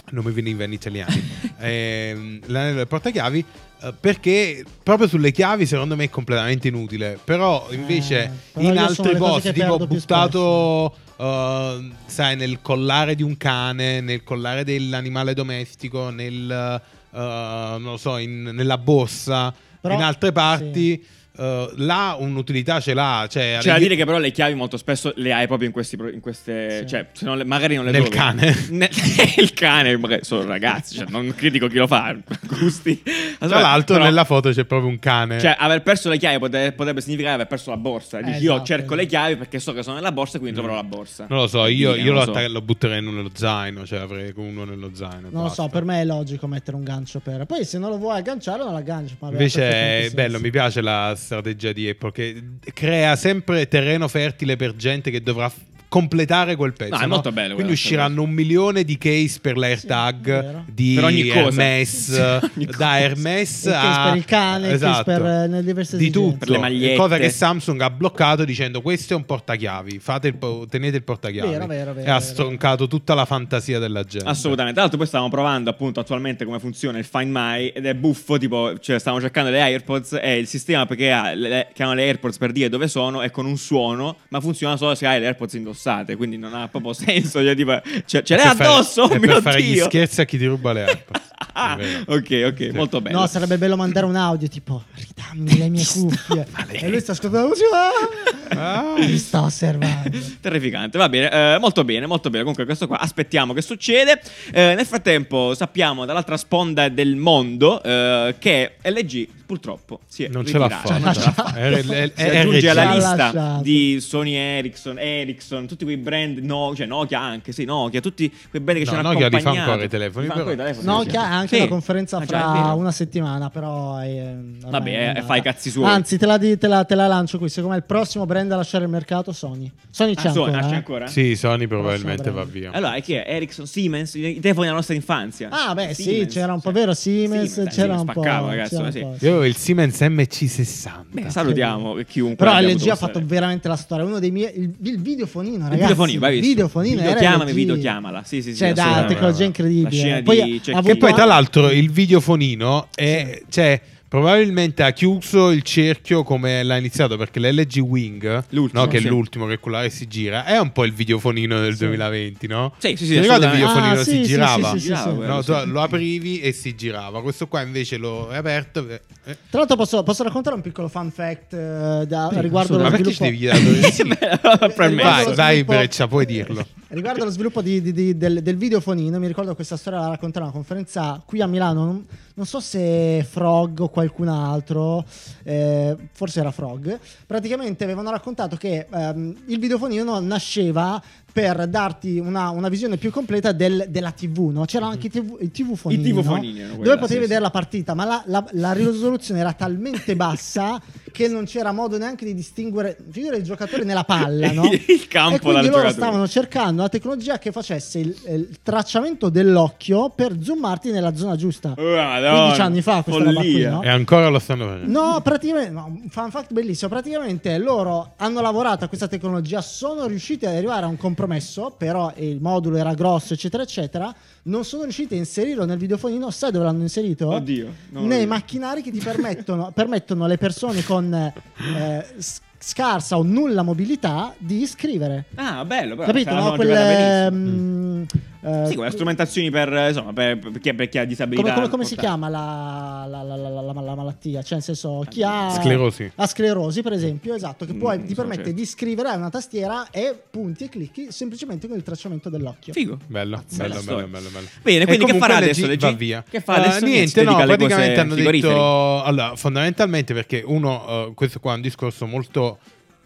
C: Non mi veniva in italiano. Ehm, l'anello del portachiavi. eh, Perché proprio sulle chiavi secondo me è completamente inutile. Però invece
B: Eh, però
C: in
B: io sono
C: altri
B: le cose
C: posti,
B: che
C: tipo
B: perdo più
C: buttato, eh, sai, nel collare di un cane, nel collare dell'animale domestico, nel, eh, non lo so, in- nella borsa,
B: Però-
C: in altre
B: sì.
C: parti, eh, là un'utilità ce l'ha. Cioè,
A: C'è da
C: arrivi-
A: dire che però le chiavi molto spesso le hai proprio in, questi pro- in queste...
B: Sì.
A: Cioè, se non le- magari non le
C: Nel
A: trovi.
C: cane.
A: Ne- il cane, magari sono ragazzi, cioè, non critico chi lo fa, gusti.
C: Tra
A: Aspetta,
C: l'altro
A: Esatto. però-
C: nella foto c'è proprio un cane.
A: Cioè, aver perso le chiavi pote- potrebbe significare aver perso la borsa. Dici,
B: Eh,
A: io
B: esatto,
A: cerco le
B: esatto.
A: chiavi perché so che sono nella borsa, quindi troverò la borsa.
C: Mm. non lo so, io,
A: Quindi,
C: io
A: non
C: lo,
A: so.
C: attac- lo butterei in uno nello zaino, cioè avrei uno nello zaino.
B: Non lo so,
C: basta.
B: per me è logico mettere un gancio per... Poi se non lo vuoi agganciare non l'agganci. ma aveva
C: Invece è
B: perfettamente
C: bello,
B: senso.
C: mi piace la strategia di Apple che crea sempre terreno fertile per gente che dovrà f- completare quel pezzo.
A: No, è molto bello
C: Quindi
A: quella
C: usciranno un milione di case per
B: è vero.
C: l'AirTag di
A: Per ogni cosa.
C: Hermes,
A: Sì, ogni cosa.
C: da Hermes
B: Il case
C: a-
B: per il cane, il case
C: esatto.
B: per, eh, le diverse
C: di
B: esigenze.
C: tutto.
A: Per le magliette.
C: Cosa che Samsung ha bloccato dicendo questo è un portachiavi, fate il po- tenete il portachiavi.
B: Vero, vero, vero,
C: e
B: vero.
C: ha stroncato tutta la fantasia della gente.
A: Assolutamente. Tra l'altro, poi stavamo provando appunto attualmente come funziona il Find My ed è buffo. Tipo, cioè, stavamo cercando le AirPods e il sistema perché ha le- che hanno le AirPods per dire dove sono è con un suono, ma funziona solo se hai le AirPods indossate. Quindi non ha proprio senso. Cioè, tipo, ce, ce l'hai
C: Per fare-
A: addosso? oh
C: è
A: mio
C: per fare gli
A: Dio!
C: scherzi a chi ti ruba le AirPods.
A: Ah,
C: È vero.
A: ok, ok,
C: Sì.
A: molto bello.
B: No, sarebbe bello mandare un audio tipo ridammi le mie cuffie. E lui sta ascoltando la musica.
C: Ah.
B: "Ah, Mi sta osservando.
A: Terrificante, va bene, eh, molto bene, molto bene. Comunque, questo qua aspettiamo che succede. Eh, nel frattempo, sappiamo dall'altra sponda del mondo eh, che LG purtroppo si è
C: Non ce Eh, l'ha
A: ritirata.
B: Non ce l'ha
C: fatta.
B: fatta.
C: È- è-
A: Si
C: è- è
A: aggiunge alla
B: Ci
C: RG.
B: ha
A: lista
B: lasciato.
A: di Sony Ericsson, Ericsson, tutti quei brand, no, cioè Nokia anche, sì, Nokia, tutti quei brand che
C: No,
A: ci hanno
C: Nokia li fa
A: accompagnato.
C: ancora i telefoni,
A: Li fa ancora i
C: però.
A: telefoni, sì,
B: Nokia
A: sì.
B: ha anche
A: Sì.
B: una conferenza
A: Ah, già, è
B: fra
A: vero.
B: una settimana, però. è- ormai
A: Vabbè,
B: è
A: eh,
B: andata.
A: fai i cazzi suoi.
B: Anzi, te la, di- te la- te la lancio qui. Secondo me il prossimo brand a lasciare il mercato Sony. Sony c'è
A: Ah, so-
B: ancora.
A: ah, c'è
B: eh?
A: ancora?
C: Sì, Sony probabilmente
B: Prossimo brand.
C: va via.
A: Allora, e chi è? Ericsson, Siemens, i telefoni della nostra infanzia.
B: Ah, beh, sì,
A: Siemens,
B: c'era un po'
A: sì.
B: vero Siemens,
A: dai,
B: c'era
A: Siemens
B: un po'.
A: spaccava, ragazzi,
B: c'era
A: ma
B: un
A: sì.
B: po', sì.
C: Io avevo il Siemens MC60.
A: Beh, salutiamo chiunque.
B: Però
A: abbia
B: LG
A: avuto
B: ha
A: questa-
B: fatto veramente la storia. Uno dei miei. Il, il videofonino, ragazzi.
A: Il videofonino, bravissimo.
B: videofonino era
A: Videochiamami,
B: LG.
A: videochiamala. Sì, sì, sì,
B: Cioè, da
A: assolutamente.
B: tecnologia
A: La scena
B: incredibile.
A: di cioè, Cecchini.
B: ha avuto
C: Che poi, tra
B: anche-
C: l'altro, il videofonino è. Cioè, probabilmente ha chiuso il cerchio come l'ha iniziato. Perché l'LG Wing,
A: L'ultimo,
C: no, che
A: sì.
C: è l'ultimo, che è quello là che si gira, è un po' il videofonino del 2020, no?
A: Sì, sì, sì,
C: Ti ricordi il
A: assolutamente.
C: videofonino
B: Ah,
C: si
B: sì, sì,
C: girava?
B: sì, sì, sì, sì.
A: Girava, eh.
C: No,
A: quello,
C: tu lo aprivi e si girava. Questo qua invece lo è aperto. eh, eh.
B: Tra l'altro, posso, posso raccontare un piccolo fun fact eh, da- riguardo
C: Ma
B: lo
C: perché
B: sviluppo.
C: ci devi dare?
A: Sì, beh, per me.
B: Riguardo
C: Vai,
B: lo
C: vai,
B: sviluppo-
C: Breccia, puoi dirlo.
B: Riguardo allo sviluppo di- di- di- del, del videofonino, mi ricordo questa storia la raccontare a una conferenza qui a Milano. Non, non so se Frog o qualcun altro, eh, forse era Frog. Praticamente avevano raccontato che ehm, il videofonino nasceva per darti una, una visione più completa del- della TV. No?
C: Mhm.
B: C'erano anche i TV, i TV fonini.
A: TV
B: no?
A: fonini erano quella,
B: Dove
A: sì,
B: potevi
A: sì.
B: vedere la partita, ma la, la- la risoluzione era talmente bassa che non c'era modo neanche di distinguere il giocatore nella palla, no?
A: Il campo
B: e quindi
A: dal
B: loro
A: giocatore.
B: stavano cercando una tecnologia che facesse il, il tracciamento dell'occhio per zoomarti nella zona giusta.
A: Oh, Madonna,
B: 15 anni fa questa roba qui,
A: follia.
B: no?
C: E ancora lo stanno facendo.
B: No, praticamente, no, un fun fact bellissimo, praticamente loro hanno lavorato a questa tecnologia, sono riusciti ad arrivare a un compromesso, però eh, il modulo era grosso, eccetera, eccetera, non sono riusciti a inserirlo nel videofonino, sai dove l'hanno inserito?
A: Oddio, no,
B: Nei
A: oddio.
B: macchinari che ti permettono, permettono alle persone con eh, s- scarsa o nulla mobilità di scrivere.
A: Ah, bello, però.
B: Capito?
A: stavano
B: No?
A: giocando
B: Quelle...
A: benissimo.
B: mm, eh,
A: Sì, quelle strumentazioni per, eh, insomma, per, per chi, ha- per chi ha disabilità.
B: come, come- come si
A: importanti.
B: chiama la, la- la- la- la- la malattia? Cioè, nel senso, chi ha
C: Sclerosi.
B: la sclerosi, per esempio, esatto, che poi
A: Mm,
B: ti
A: sono
B: permette
A: certo.
B: di scrivere a una tastiera e punti e clicchi semplicemente con il tracciamento dell'occhio.
A: Figo.
C: Bello,
A: Bella
C: bello,
A: storia.
C: bello, bello, bello.
A: Bene, quindi
C: E
A: che
C: comunque
A: farà
C: la
A: adesso?
C: G
A: Le G?
C: va via.
A: Che fa adesso?
C: Eh, niente,
A: Si
C: no,
A: dedica alle
C: praticamente
A: cose
C: hanno
A: frigorifere.
C: detto allora, fondamentalmente perché uno eh, questo qua è un discorso molto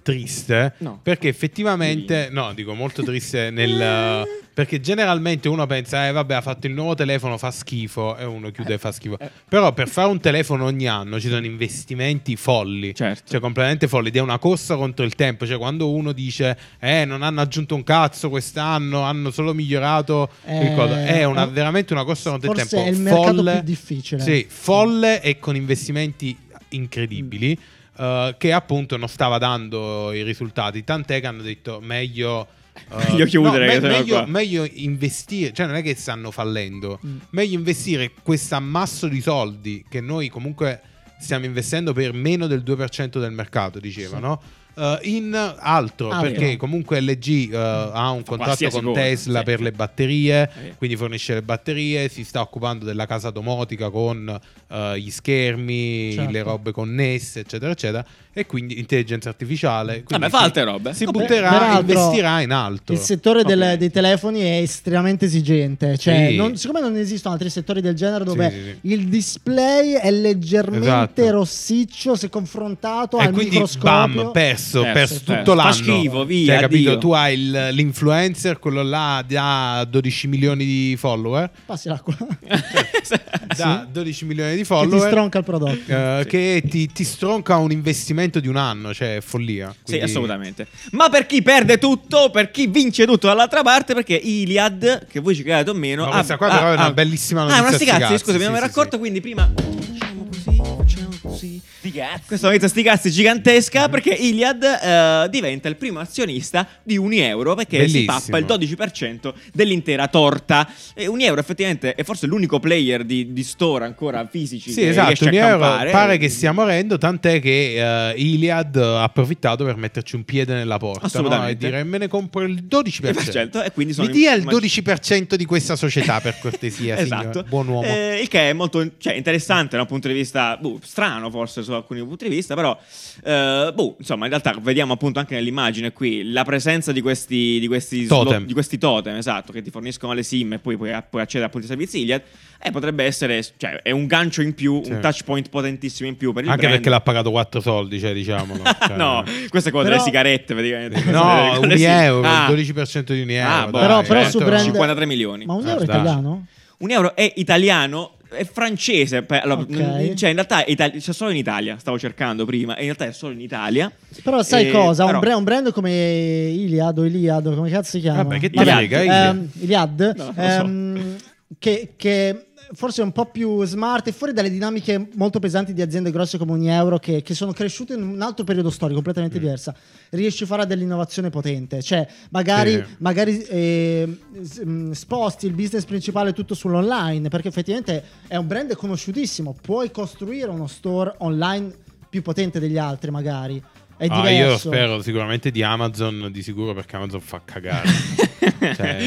C: triste
A: No.
C: perché effettivamente no, dico molto triste nel perché generalmente uno pensa eh vabbè ha fatto il nuovo telefono fa schifo e uno
A: Eh,
C: chiude e fa schifo. Però per fare un telefono ogni anno ci sono investimenti folli.
A: Certo.
C: Cioè, completamente folle. Ed è una corsa contro il tempo. Cioè, quando uno dice, eh, non hanno aggiunto un cazzo quest'anno, hanno solo migliorato il
B: Eh,
C: coso. È una-
B: eh,
C: veramente una corsa contro il
B: forse
C: tempo.
B: è il mercato
C: folle,
B: più difficile.
C: Sì, folle e con investimenti incredibili.
B: Mm.
C: eh, che appunto non stava dando i risultati. Tant'è che hanno detto, meglio. eh,
A: Meglio chiudere, che
C: no, me-
A: sennò
C: meglio,
A: qua.
C: meglio investire, cioè non è che stanno fallendo,
B: Mm.
C: meglio investire questo ammasso di soldi che noi comunque stiamo investendo per meno del 2% del mercato, dicevano, eh, in altro,
B: Altro.
C: perché comunque LG
B: Mm.
C: eh, ha un contratto
A: qualsiasi
C: con
A: cosa,
C: Tesla
A: sì.
C: per le batterie,
A: Sì.
C: quindi fornisce le batterie, si sta occupando della casa domotica con eh, gli schermi,
B: Certo.
C: le robe connesse, eccetera, eccetera, e quindi intelligenza artificiale. Quindi
A: Vabbè, fa
C: si-
A: altre robe.
C: cioè, Si
A: Ok.
C: butterà,
B: Peraltro,
C: investirà in altro.
B: Il settore
A: Va
B: del-
A: bene.
B: dei telefoni è estremamente esigente. Cioè,
C: Sì.
B: non- siccome non esistono altri settori del genere dove
C: Sì, sì,
B: il display è leggermente
C: Esatto.
B: rossiccio se confrontato
C: e
B: al
C: quindi
B: microscopio.
C: bam, perso,
A: Perso,
C: perso, tutto
A: perso.
C: l'anno.
A: Fa schifo, via,
C: Cioè, capito?
A: addio.
C: Tu hai il- l'influencer, quello là da 12 milioni di follower.
B: Passi l'acqua.
C: Da 12 milioni di
B: che
C: follower.
B: ti stronca il prodotto.
C: eh,
A: Sì.
C: Che ti, ti stronca un investimento di un anno, cioè è follia.
A: Sì,
C: Quindi-
A: assolutamente. Ma per chi perde tutto, per chi vince tutto dall'altra parte, perché Iliad, che voi ci credete o meno,
C: Ma questa qua però è una bellissima
A: Ah,
C: notizia,
A: è una
C: sti
A: sticazzi,
C: cazzi,
A: scusami,
C: sì,
A: non mi ero
C: sì,
A: accorto,
C: sì.
A: quindi prima facciamo così, facciamo così. Questa notizia sti cazzi gigantesca
C: Mhm.
A: perché Iliad eh, diventa il primo azionista di un euro perché
C: Bellissimo.
A: si pappa il 12% dell'intera torta. E un euro effettivamente è forse l'unico player di, di store ancora fisici
C: Sì,
A: che
C: esatto,
A: riesce
C: un
A: a
C: euro
A: campare.
C: pare che stia morendo, tant'è che eh, Iliad ha approfittato per metterci un piede nella porta no? e
A: Assolutamente.
C: dire me ne compro il 12%.
A: 100, Eh, certo, e quindi sono
C: Mi dia il
A: immag-
C: 12% di questa società per cortesia, signor
A: esatto.
C: buon uomo.
A: Eh, il che è molto cioè, interessante da un punto di vista boh, strano, forse su alcuni punti di vista, però eh, boh, insomma, in realtà vediamo appunto anche nell'immagine qui la presenza di questi, di questi, slot-
C: Totem.
A: di questi totem, esatto, che ti forniscono le SIM e poi puoi, puoi accedere appunto ai servizi Iliad. E potrebbe essere, cioè, è un gancio in più,
C: Sì.
A: un touch point potentissimo in più per il
C: Anche
A: brand.
C: perché l'ha pagato 4 soldi, cioè, diciamolo. Cioè,
A: no, questo è quello
B: Però-
A: delle sigarette praticamente.
C: No,
A: Con
C: un
A: le SIM.
C: euro,
A: Ah.
C: il 12% di un euro.
A: Ah, boh.
C: dai,
B: Però- però
C: eh,
B: su
C: no.
B: brand-
A: 53 milioni.
B: Ma un euro
C: Ah, dai.
B: italiano?
A: Un euro è italiano, è francese. per- allora,
B: Ok.
A: n- cioè, in realtà è itali- c'è solo in Italia. Stavo cercando prima, e in realtà è solo in Italia.
B: Però sai
A: Eh,
B: cosa?
A: però-
B: Un, bra- un brand come Iliad o Iliad, o come cazzo si chiama?
C: Vabbè, che
A: te
B: Vabbè,
A: frega,
C: Iliad.
B: ehm, Iliad,
A: No, non lo
B: ehm, che, che forse è un po' più smart e fuori dalle dinamiche molto pesanti di aziende grosse come ogni euro che, che sono cresciute in un altro periodo storico completamente
C: Mm.
B: diversa. Riesci a fare dell'innovazione potente, cioè magari,
C: Sì.
B: magari eh, s- mh, sposti il business principale tutto sull'online, perché effettivamente è un brand conosciutissimo, puoi costruire uno store online più potente degli altri magari. È
C: Ah, io
B: diverso.
C: spero sicuramente di Amazon, di sicuro perché Amazon fa cagare. Cioè,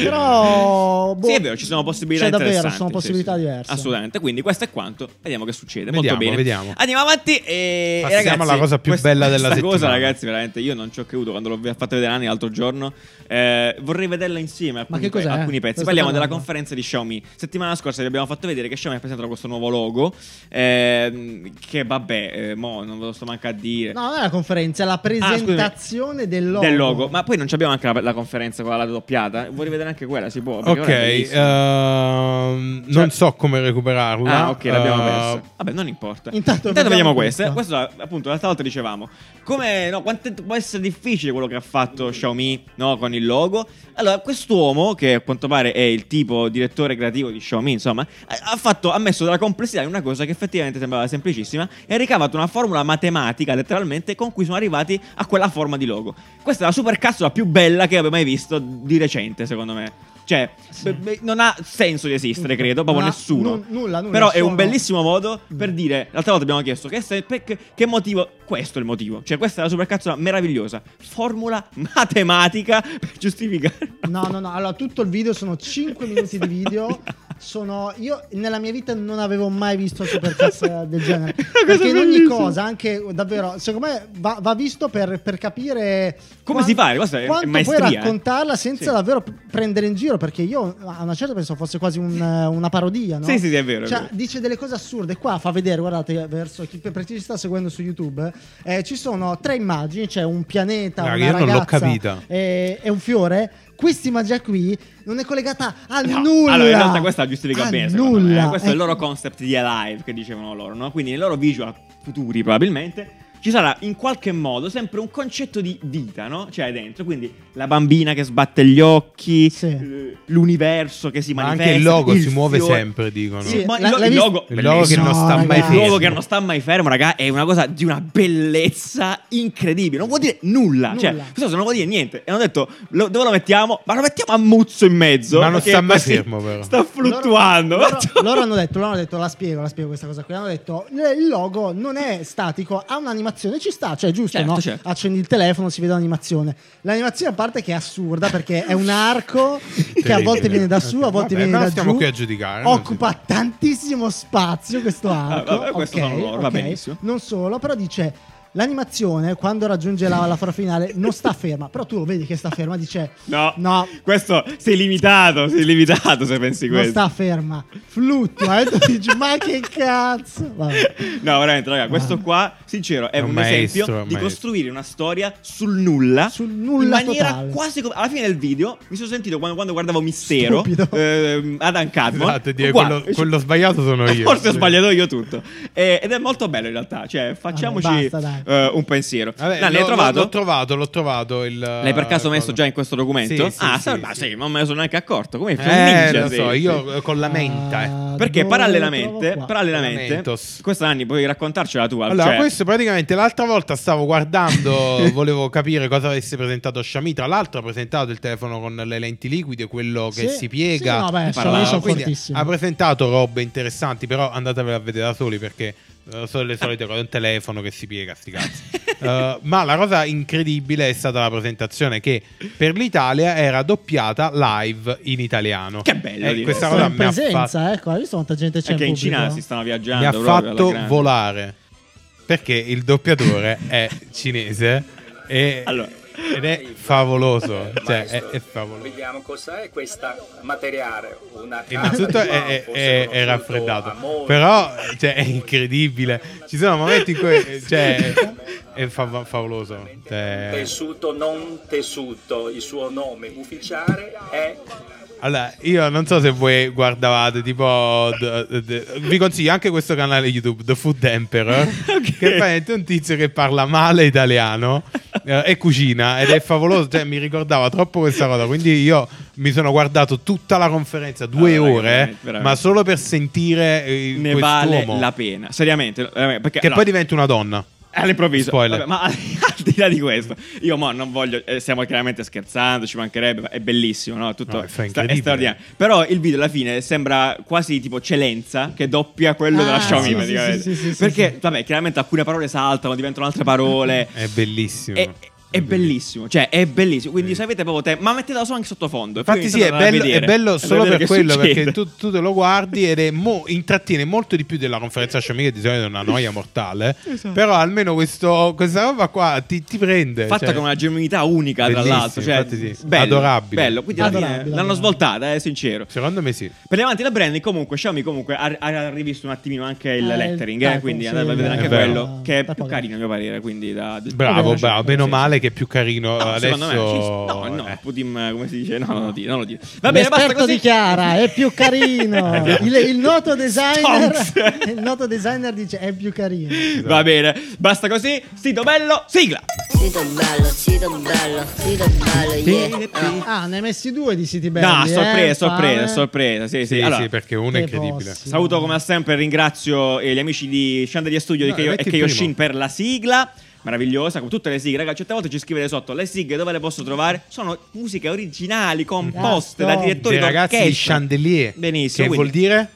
B: Però boh,
A: sì, è vero, ci sono possibilità
B: Cioè, davvero,
A: interessanti,
B: sono
A: sì,
B: possibilità
A: sì.
B: diverse.
A: Assolutamente. Quindi, questo è quanto. Vediamo che succede. Molto
C: Vediamo,
A: bene. Ah,
C: vediamo.
A: Andiamo avanti. E,
C: Passiamo
A: ragazzi,
C: alla cosa più
A: questa-
C: bella della
A: questa cosa,
C: settimana.
A: ragazzi, veramente. Io non ci ho creduto quando l'ho fatta vedere Anni l'altro giorno. Eh, vorrei vederla insieme. Alcuni,
B: che
A: pe-
B: cos'è?
A: alcuni
B: Cosa
A: pezzi.
B: sta
A: Parliamo della
B: parlando?
A: conferenza di Xiaomi. Settimana scorsa vi abbiamo fatto vedere che Xiaomi ha presentato questo nuovo logo. ehm, che vabbè, eh, mo non ve lo sto manca a dire.
B: No, non è la conferenza, è la
A: Ah, scusami.
B: presentazione del logo.
A: Del logo. Ma poi non c'abbiamo anche la, la conferenza con la doppiata? ah, vuoi rivedere anche quella? Si può. perché
C: Ok,
A: ora è bellissima.
C: ehm,
A: Cioè-
C: non so come recuperarla.
A: Ah, ok, l'abbiamo
C: eh,
A: persa. Vabbè, non importa. Intanto
B: Intanto
A: vediamo
B: vediamo
A: questa. Questo,
B: questa.
A: appunto, l'altra volta dicevamo. Come, no, quanto può essere difficile quello che ha fatto Xiaomi, no, con il logo. Allora, quest'uomo, che a quanto pare è il tipo direttore creativo di Xiaomi, insomma, ha- Eh, ha, fatto, ha messo della complessità in una cosa che effettivamente sembrava semplicissima e ha ricavato una formula matematica, letteralmente, con cui sono arrivati a quella forma di logo. Questa è la super cazzola più bella che abbia mai visto di recente, secondo me. Cioè, beh, beh, non ha senso di esistere, credo, proprio
B: Mm. Non ha-
A: nessuno.
B: nun- nulla, Mm. nulla,
A: Però è un
B: sono-
A: bellissimo bellissimo modo per dire. L'altra volta abbiamo chiesto che, se- pe- che- che motivo. Questo è il motivo. Cioè, questa è la supercazzola meravigliosa. Formula matematica per giustificare.
B: No, no, no. Allora, tutto il video sono 5 minuti di video. Sono io nella mia vita non avevo mai visto una supercazzola del genere.
A: È una cosa
B: Perché in ogni
A: bellissima.
B: cosa, anche davvero, secondo me va, va visto per, per capire
A: Come si fa, questa è- è
B: quanto puoi
A: maestria, eh.
B: raccontarla senza
A: Sì.
B: davvero p- prendere in giro. Perché io a una certa penso fosse quasi un, eh, una parodia, no?
A: Sì, sì, sì, è vero, è
B: Cioè,
A: vero.
B: dice delle cose assurde. Qua fa vedere, guardate, verso chi per chi ci sta seguendo su YouTube, eh, ci sono tre immagini: c'è un pianeta,
C: Raga,
B: una
C: io non l'ho
B: ragazza
C: capita.
B: e, e un fiore. Questa immagine qui non è collegata a
A: No.
B: nulla.
A: Allora, in realtà questa la giustifica
B: A
A: bene. secondo me, eh.
B: Nulla.
A: Questo è il
B: Eh,
A: loro concept di Alive che dicevano loro, no? Quindi nei loro visual futuri, probabilmente. Ci sarà in qualche modo sempre un concetto di vita, no? Cioè dentro, quindi la bambina che sbatte gli occhi,
B: Sì.
A: eh, l'universo che si
C: Ma
A: manifesta.
C: anche il logo si muove
A: fiore.
C: sempre, dicono.
B: Sì,
A: Ma il
B: la-
A: lo-
B: l'hai
A: il
B: visto?
A: logo,
C: Il logo che non
B: No,
C: sta mai
B: ragazzi.
A: Il
C: fermo.
A: logo che non sta mai fermo, raga, è una cosa di una bellezza incredibile. Non vuol dire nulla.
B: Nulla.
A: Cioè, questo non vuol dire niente. E hanno detto, lo- dove lo mettiamo? Ma lo mettiamo a muzzo in mezzo.
C: Ma non
A: perché
C: sta mai
A: così
C: fermo, però.
A: Sta fluttuando.
B: Loro, loro- loro hanno detto, loro hanno detto, la spiego, la spiego questa cosa qui. Hanno detto, "L- il logo non è statico, ha un'animazione, ci sta, cioè giusto,
A: Certo,
B: no?
A: certo.
B: Accendi il telefono, si vede l'animazione. L'animazione a parte che è assurda perché è un arco che a volte
C: Terribile.
B: viene da su, a volte
C: Vabbè,
B: viene
C: però
B: da
C: stiamo
B: giù.
C: qui a giudicare, non
B: Occupa tantissimo spazio questo arco.
A: Ah, vabbè, questo
B: ok,
A: sono loro, va
B: ok.
A: benissimo.
B: Non solo, però dice... L'animazione quando raggiunge la, la fora finale non sta ferma, però tu lo vedi che sta ferma, dice
A: No.
B: no
A: Questo sei limitato, sei limitato se pensi
B: non
A: questo.
B: sta ferma, fluttua. E tu dici, ma che cazzo? Vabbè.
A: No, veramente, raga, questo qua, sincero, è
C: È
A: un,
C: un maestro,
A: esempio
C: è un
A: di
C: maestro.
A: costruire una storia sul nulla.
B: Sul nulla
A: In maniera
B: totale.
A: quasi come... Alla fine del video mi sono sentito quando, quando guardavo Mistero,
B: Stupido.
A: ehm, Adam Cadmon.
C: Esatto, dire,
A: uguale.
C: quello- quello sbagliato sono io.
A: Forse ho
C: Sì.
A: sbagliato io tutto. Eh, ed è molto bello in realtà, cioè facciamoci
B: Vabbè, basta,
A: eh, un pensiero.
C: Vabbè,
A: Dai, l'hai
C: l'ho-
A: trovato?
C: L'ho trovato, l'ho trovato. il-
A: L'hai per caso
C: il
A: messo
C: coso.
A: già in questo documento?
C: Sì, sì,
A: ah,
C: sì,
A: sa-
C: sì.
A: ma sì, ma non me ne sono neanche accorto. Come
C: Eh,
A: ninja
C: lo
A: sei.
C: so, io eh, con la menta. eh.
B: Ah,
A: Perché
B: dove lo
A: parallelamente,
B: trovo qua?
A: parallelamente
C: Lamentos.
A: questa Anni puoi raccontarcela tu.
C: Allora,
A: cioè,
C: questo praticamente l'altra volta stavo guardando, volevo capire cosa avesse presentato Xiaomi. Tra l'altro, ha presentato il telefono con le lenti liquide, quello che
B: Sì,
C: si piega.
B: sì, no, beh,
A: Xiaomi sono
C: Quindi
B: fortissimi.
C: Ha presentato robe interessanti, però andatevela a vedere da soli perché eh, sono le solite cose. Un telefono che si piega, sti cazzi. Eh, ma la cosa incredibile è stata la presentazione che per l'Italia era doppiata live in italiano.
A: Che bello
C: Eh,
A: dire.
C: questa
B: Sono
C: cosa
B: in
C: mi ha
B: presenza,
C: fatto,
B: ecco, hai visto quanta gente c'è
A: è che in Cina si
B: pubblico?
A: stanno
C: mi
A: viaggiando.
C: ha
A: proprio alla
C: fatto
A: grande.
C: volare perché il doppiatore è cinese e,
A: Allora.
C: ed è favoloso. Cioè, è,
E: Maestro,
C: è favoloso.
E: Vediamo cos'è questa materiale. Una casa
C: Innanzitutto
E: di
C: è, è-
E: fosse
C: è- è
E: conosciuto
C: raffreddato,
E: a molti.
C: però cioè, è incredibile. Ci sono momenti in cui cioè, è fa- favoloso. Cioè,
E: Tessuto non tessuto, il suo nome ufficiale è
C: allora, io non so se voi guardavate, tipo, d- d- d- vi consiglio anche questo canale YouTube, The Food Emperor, che è praticamente un tizio che parla male italiano eh, e cucina ed è favoloso. Cioè, mi ricordava troppo questa cosa, quindi io mi sono guardato tutta la conferenza,
A: Allora,
C: due
A: raga,
C: ore,
A: veramente, veramente.
C: ma solo per sentire eh,
A: Ne vale
C: quest'uomo.
A: la pena, seriamente. eh, Perché,
C: Che
A: allora,
C: poi diventa una donna.
A: All'improvviso,
C: Spoiler.
A: Vabbè, ma al di là di questo, io mo non voglio. eh, stiamo chiaramente scherzando, ci mancherebbe, ma è bellissimo, no? Tutto
C: No, è
A: sta- è
C: incredibile.
A: straordinario. Però il video alla fine sembra quasi tipo Celenza che doppia quello della
B: Ah,
A: Xiaomi,
C: sì,
A: praticamente.
B: sì, sì, sì, sì,
A: Perché,
B: sì.
A: vabbè, chiaramente alcune parole saltano, diventano altre parole.
C: È bellissimo.
A: È, è bellissimo, cioè è bellissimo. Quindi sapete proprio te, ma mettetelo solo anche sottofondo.
C: Infatti,
A: Quindi
C: sì, è
A: andate a
C: bello, è
A: vedere.
C: bello
A: Andate a
C: solo
A: vedere
C: per
A: che
C: quello
A: succede.
C: perché tu, tu te lo guardi ed è mo- intrattiene molto di più della conferenza Xiaomi, che di solito è una noia mortale.
B: Esatto.
C: Però almeno questo- questa roba qua ti, ti prende.
A: Fatta
C: cioè.
A: con una genuinità unica, tra
C: Bellissimo,
A: l'altro. Cioè,
C: infatti sì.
A: bello,
C: Adorabile.
A: Bello. Quindi alla fine
B: Adorabile,
A: l'hanno
B: adorabile.
A: svoltata, eh, sincero.
C: Secondo me sì.
A: Per avanti la branding, comunque, Xiaomi comunque ha, ha rivisto un attimino anche il
B: Eh,
A: lettering,
B: il
A: eh,
B: typo,
A: quindi
B: sì,
A: andate a vedere
C: è
A: anche
C: vero.
A: quello, che è
B: Typo
A: più
B: grande.
A: carino a mio parere, quindi da...
C: Bravo,
B: Sì,
C: bravo.
B: sì,
C: Meno
B: sì,
C: male che è più carino
A: No,
C: adesso.
A: secondo me ci- no, no,
C: eh.
A: Putin, come si dice? No, non lo dire, non lo dire. Va
B: Va
A: bene, basta così. Eh, Esatto.
B: dichiara, è più carino. Il, il noto designer,
A: Stonks. Eh.
B: il noto designer dice è più carino.
A: Va bene, basta così. Sito bello, sigla.
F: Sito bello, sito bello, sito bello, yeah. Ah.
B: Ah, ne hai messi due di City Belli.
A: No, sorpresa,
B: eh,
A: sorpresa,
B: infame.
A: sorpresa. Sì, sì.
C: Sì,
A: Allora,
C: sì, perché uno è
B: Che
C: incredibile.
B: boss.
A: Saluto come sempre, ringrazio eh, gli amici di Chandelier Studio
C: No,
A: di Keio- e
C: metti il
A: Keyoshin
C: primo.
A: per la sigla. Meravigliosa, come tutte le sigle, ragazzi. Certe volte ci scrivete sotto le sigle dove le posso trovare. Sono musiche originali, composte
B: Esatto.
A: da direttori
C: Dei ragazzi di
A: d'orchestra.
C: Chandelier.
A: Benissimo, quindi-
C: Che vuol dire?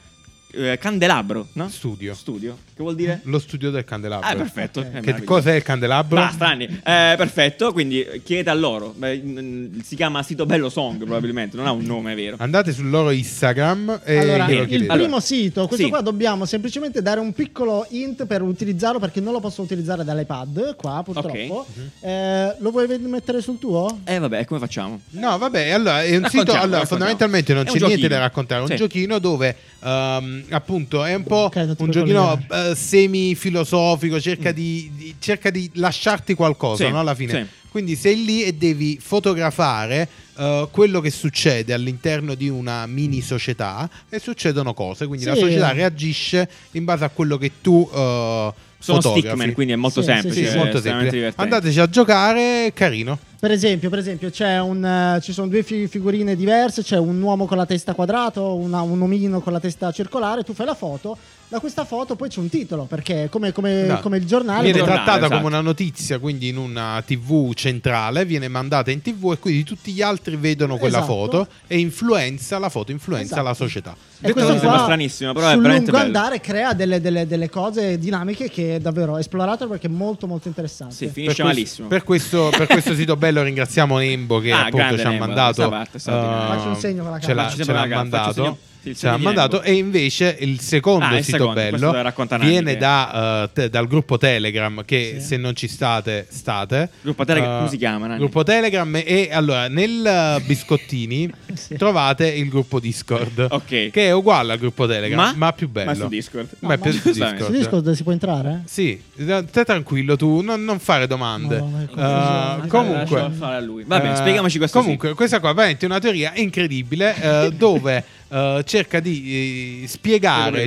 A: Eh, candelabro, no?
C: Studio.
A: Studio. Che vuol dire?
C: Lo studio del candelabro.
A: Ah, perfetto.
B: Ok.
A: Eh,
B: Che
C: Che
A: meraviglioso.
C: cos'è il candelabro?
A: Basta, Anni. Eh, perfetto, quindi eh, chiedete a loro. Beh, n- n- si chiama Sito Bello Song, probabilmente. Non ha un nome, è vero.
C: Andate sul loro Instagram e
B: Allora,
C: glielo
A: chiedi.
B: il primo
C: chiedete.
A: Allora,
B: sito, questo
A: Eh, sì.
B: qua dobbiamo semplicemente dare un piccolo hint per utilizzarlo perché non lo posso utilizzare dall'iPad qua purtroppo.
A: Mhm.
B: Eh, lo vuoi ved- mettere sul tuo?
A: Eh, vabbè, come facciamo?
C: No, vabbè, allora è un sito.
A: Raccontiamo,
C: Allora,
A: raccontiamo.
C: fondamentalmente non
A: È
C: c'è
A: un
C: niente
A: giochino.
C: da raccontare. È un
A: Sì.
C: giochino dove ehm, appunto è un po'
B: Ok, non ti
C: un
B: puoi
C: giochino semi filosofico. Cerca, di, di- cerca di lasciarti qualcosa
A: Mm. Sì,
C: no, alla fine.
A: sì.
C: Quindi sei lì e devi fotografare eh, quello che succede all'interno di una
A: Mm.
C: mini società e succedono cose. Quindi la
B: Sì.
C: società reagisce in base a quello che tu. eh,
A: Sono
C: fotografi.
A: Stickman, quindi è molto
B: Sì, sì,
A: semplice.
C: Sì,
B: è
C: sì, molto
A: estremamente
C: semplice.
A: divertente.
C: Andateci a giocare, è carino.
B: Per esempio, per esempio c'è un, eh, ci sono due fi- figurine diverse, c'è un uomo con la testa quadrata, una- un omino con la testa circolare, tu fai la foto, da questa foto poi c'è un titolo perché come, come-
A: Esatto.
C: No.
B: come il giornale...
C: Viene
A: un giornale,
C: trattata
A: esatto.
C: come una notizia, quindi in una TV centrale, viene mandata in TV e quindi tutti gli altri vedono quella
B: Esatto.
C: foto e influenza la foto, influenza
B: Esatto.
C: la società.
A: Detto
B: questo
A: così
B: qua,
A: sembra stranissimo, però è
B: sul
A: veramente
B: lungo
A: bello.
B: andare crea delle, delle- delle cose dinamiche che davvero esplorate perché è molto molto interessante.
A: Sì, finisce
C: per questo-
A: malissimo.
C: Per questo, per questo sito bello ringraziamo Nembo che
A: Ah,
C: appunto
A: grande
C: ci ha
A: Nembo,
C: mandato.
A: questa parte è stata-
C: eh,
B: Faccio un segno con la
C: ce
B: gamba.
C: l'ha,
A: Faccio
C: ce
A: sempre
C: l'ha
A: la gamba, faccio
C: mandato.
A: segno- il
C: ce l'ha
A: segno di
C: mandato.
A: Nembo.
C: E invece il secondo
A: Ah, il
C: sito
A: secondo, questo lo
C: bello
A: racconta Nanni,
C: viene
A: che-
C: da, eh, te- dal gruppo Telegram. Che
B: Sì.
C: se non ci state, state.
A: Gruppo Telegram,
C: Eh,
A: come si chiama, Nanni?
C: Gruppo Telegram. E, e allora nel eh, biscottini
B: Sì.
C: trovate il gruppo Discord,
A: Ok.
C: che è uguale al gruppo Telegram,
A: Ma?
C: ma, più bello.
A: Ma su Discord.
C: Ma è
B: No,
C: più
B: ma-
C: su
A: Giustamente.
C: Discord. Eh,
B: Su Discord si può entrare?
C: Sì, stai tranquillo tu, non, non fare domande.
B: Madonna, che
C: Eh,
B: confusione.
C: comunque,
A: Lascio fare a lui. Va bene,
C: eh,
A: spiegamici questo
C: Comunque, questa qua veramente è una teoria incredibile eh, dove eh, cerca di eh, spiegare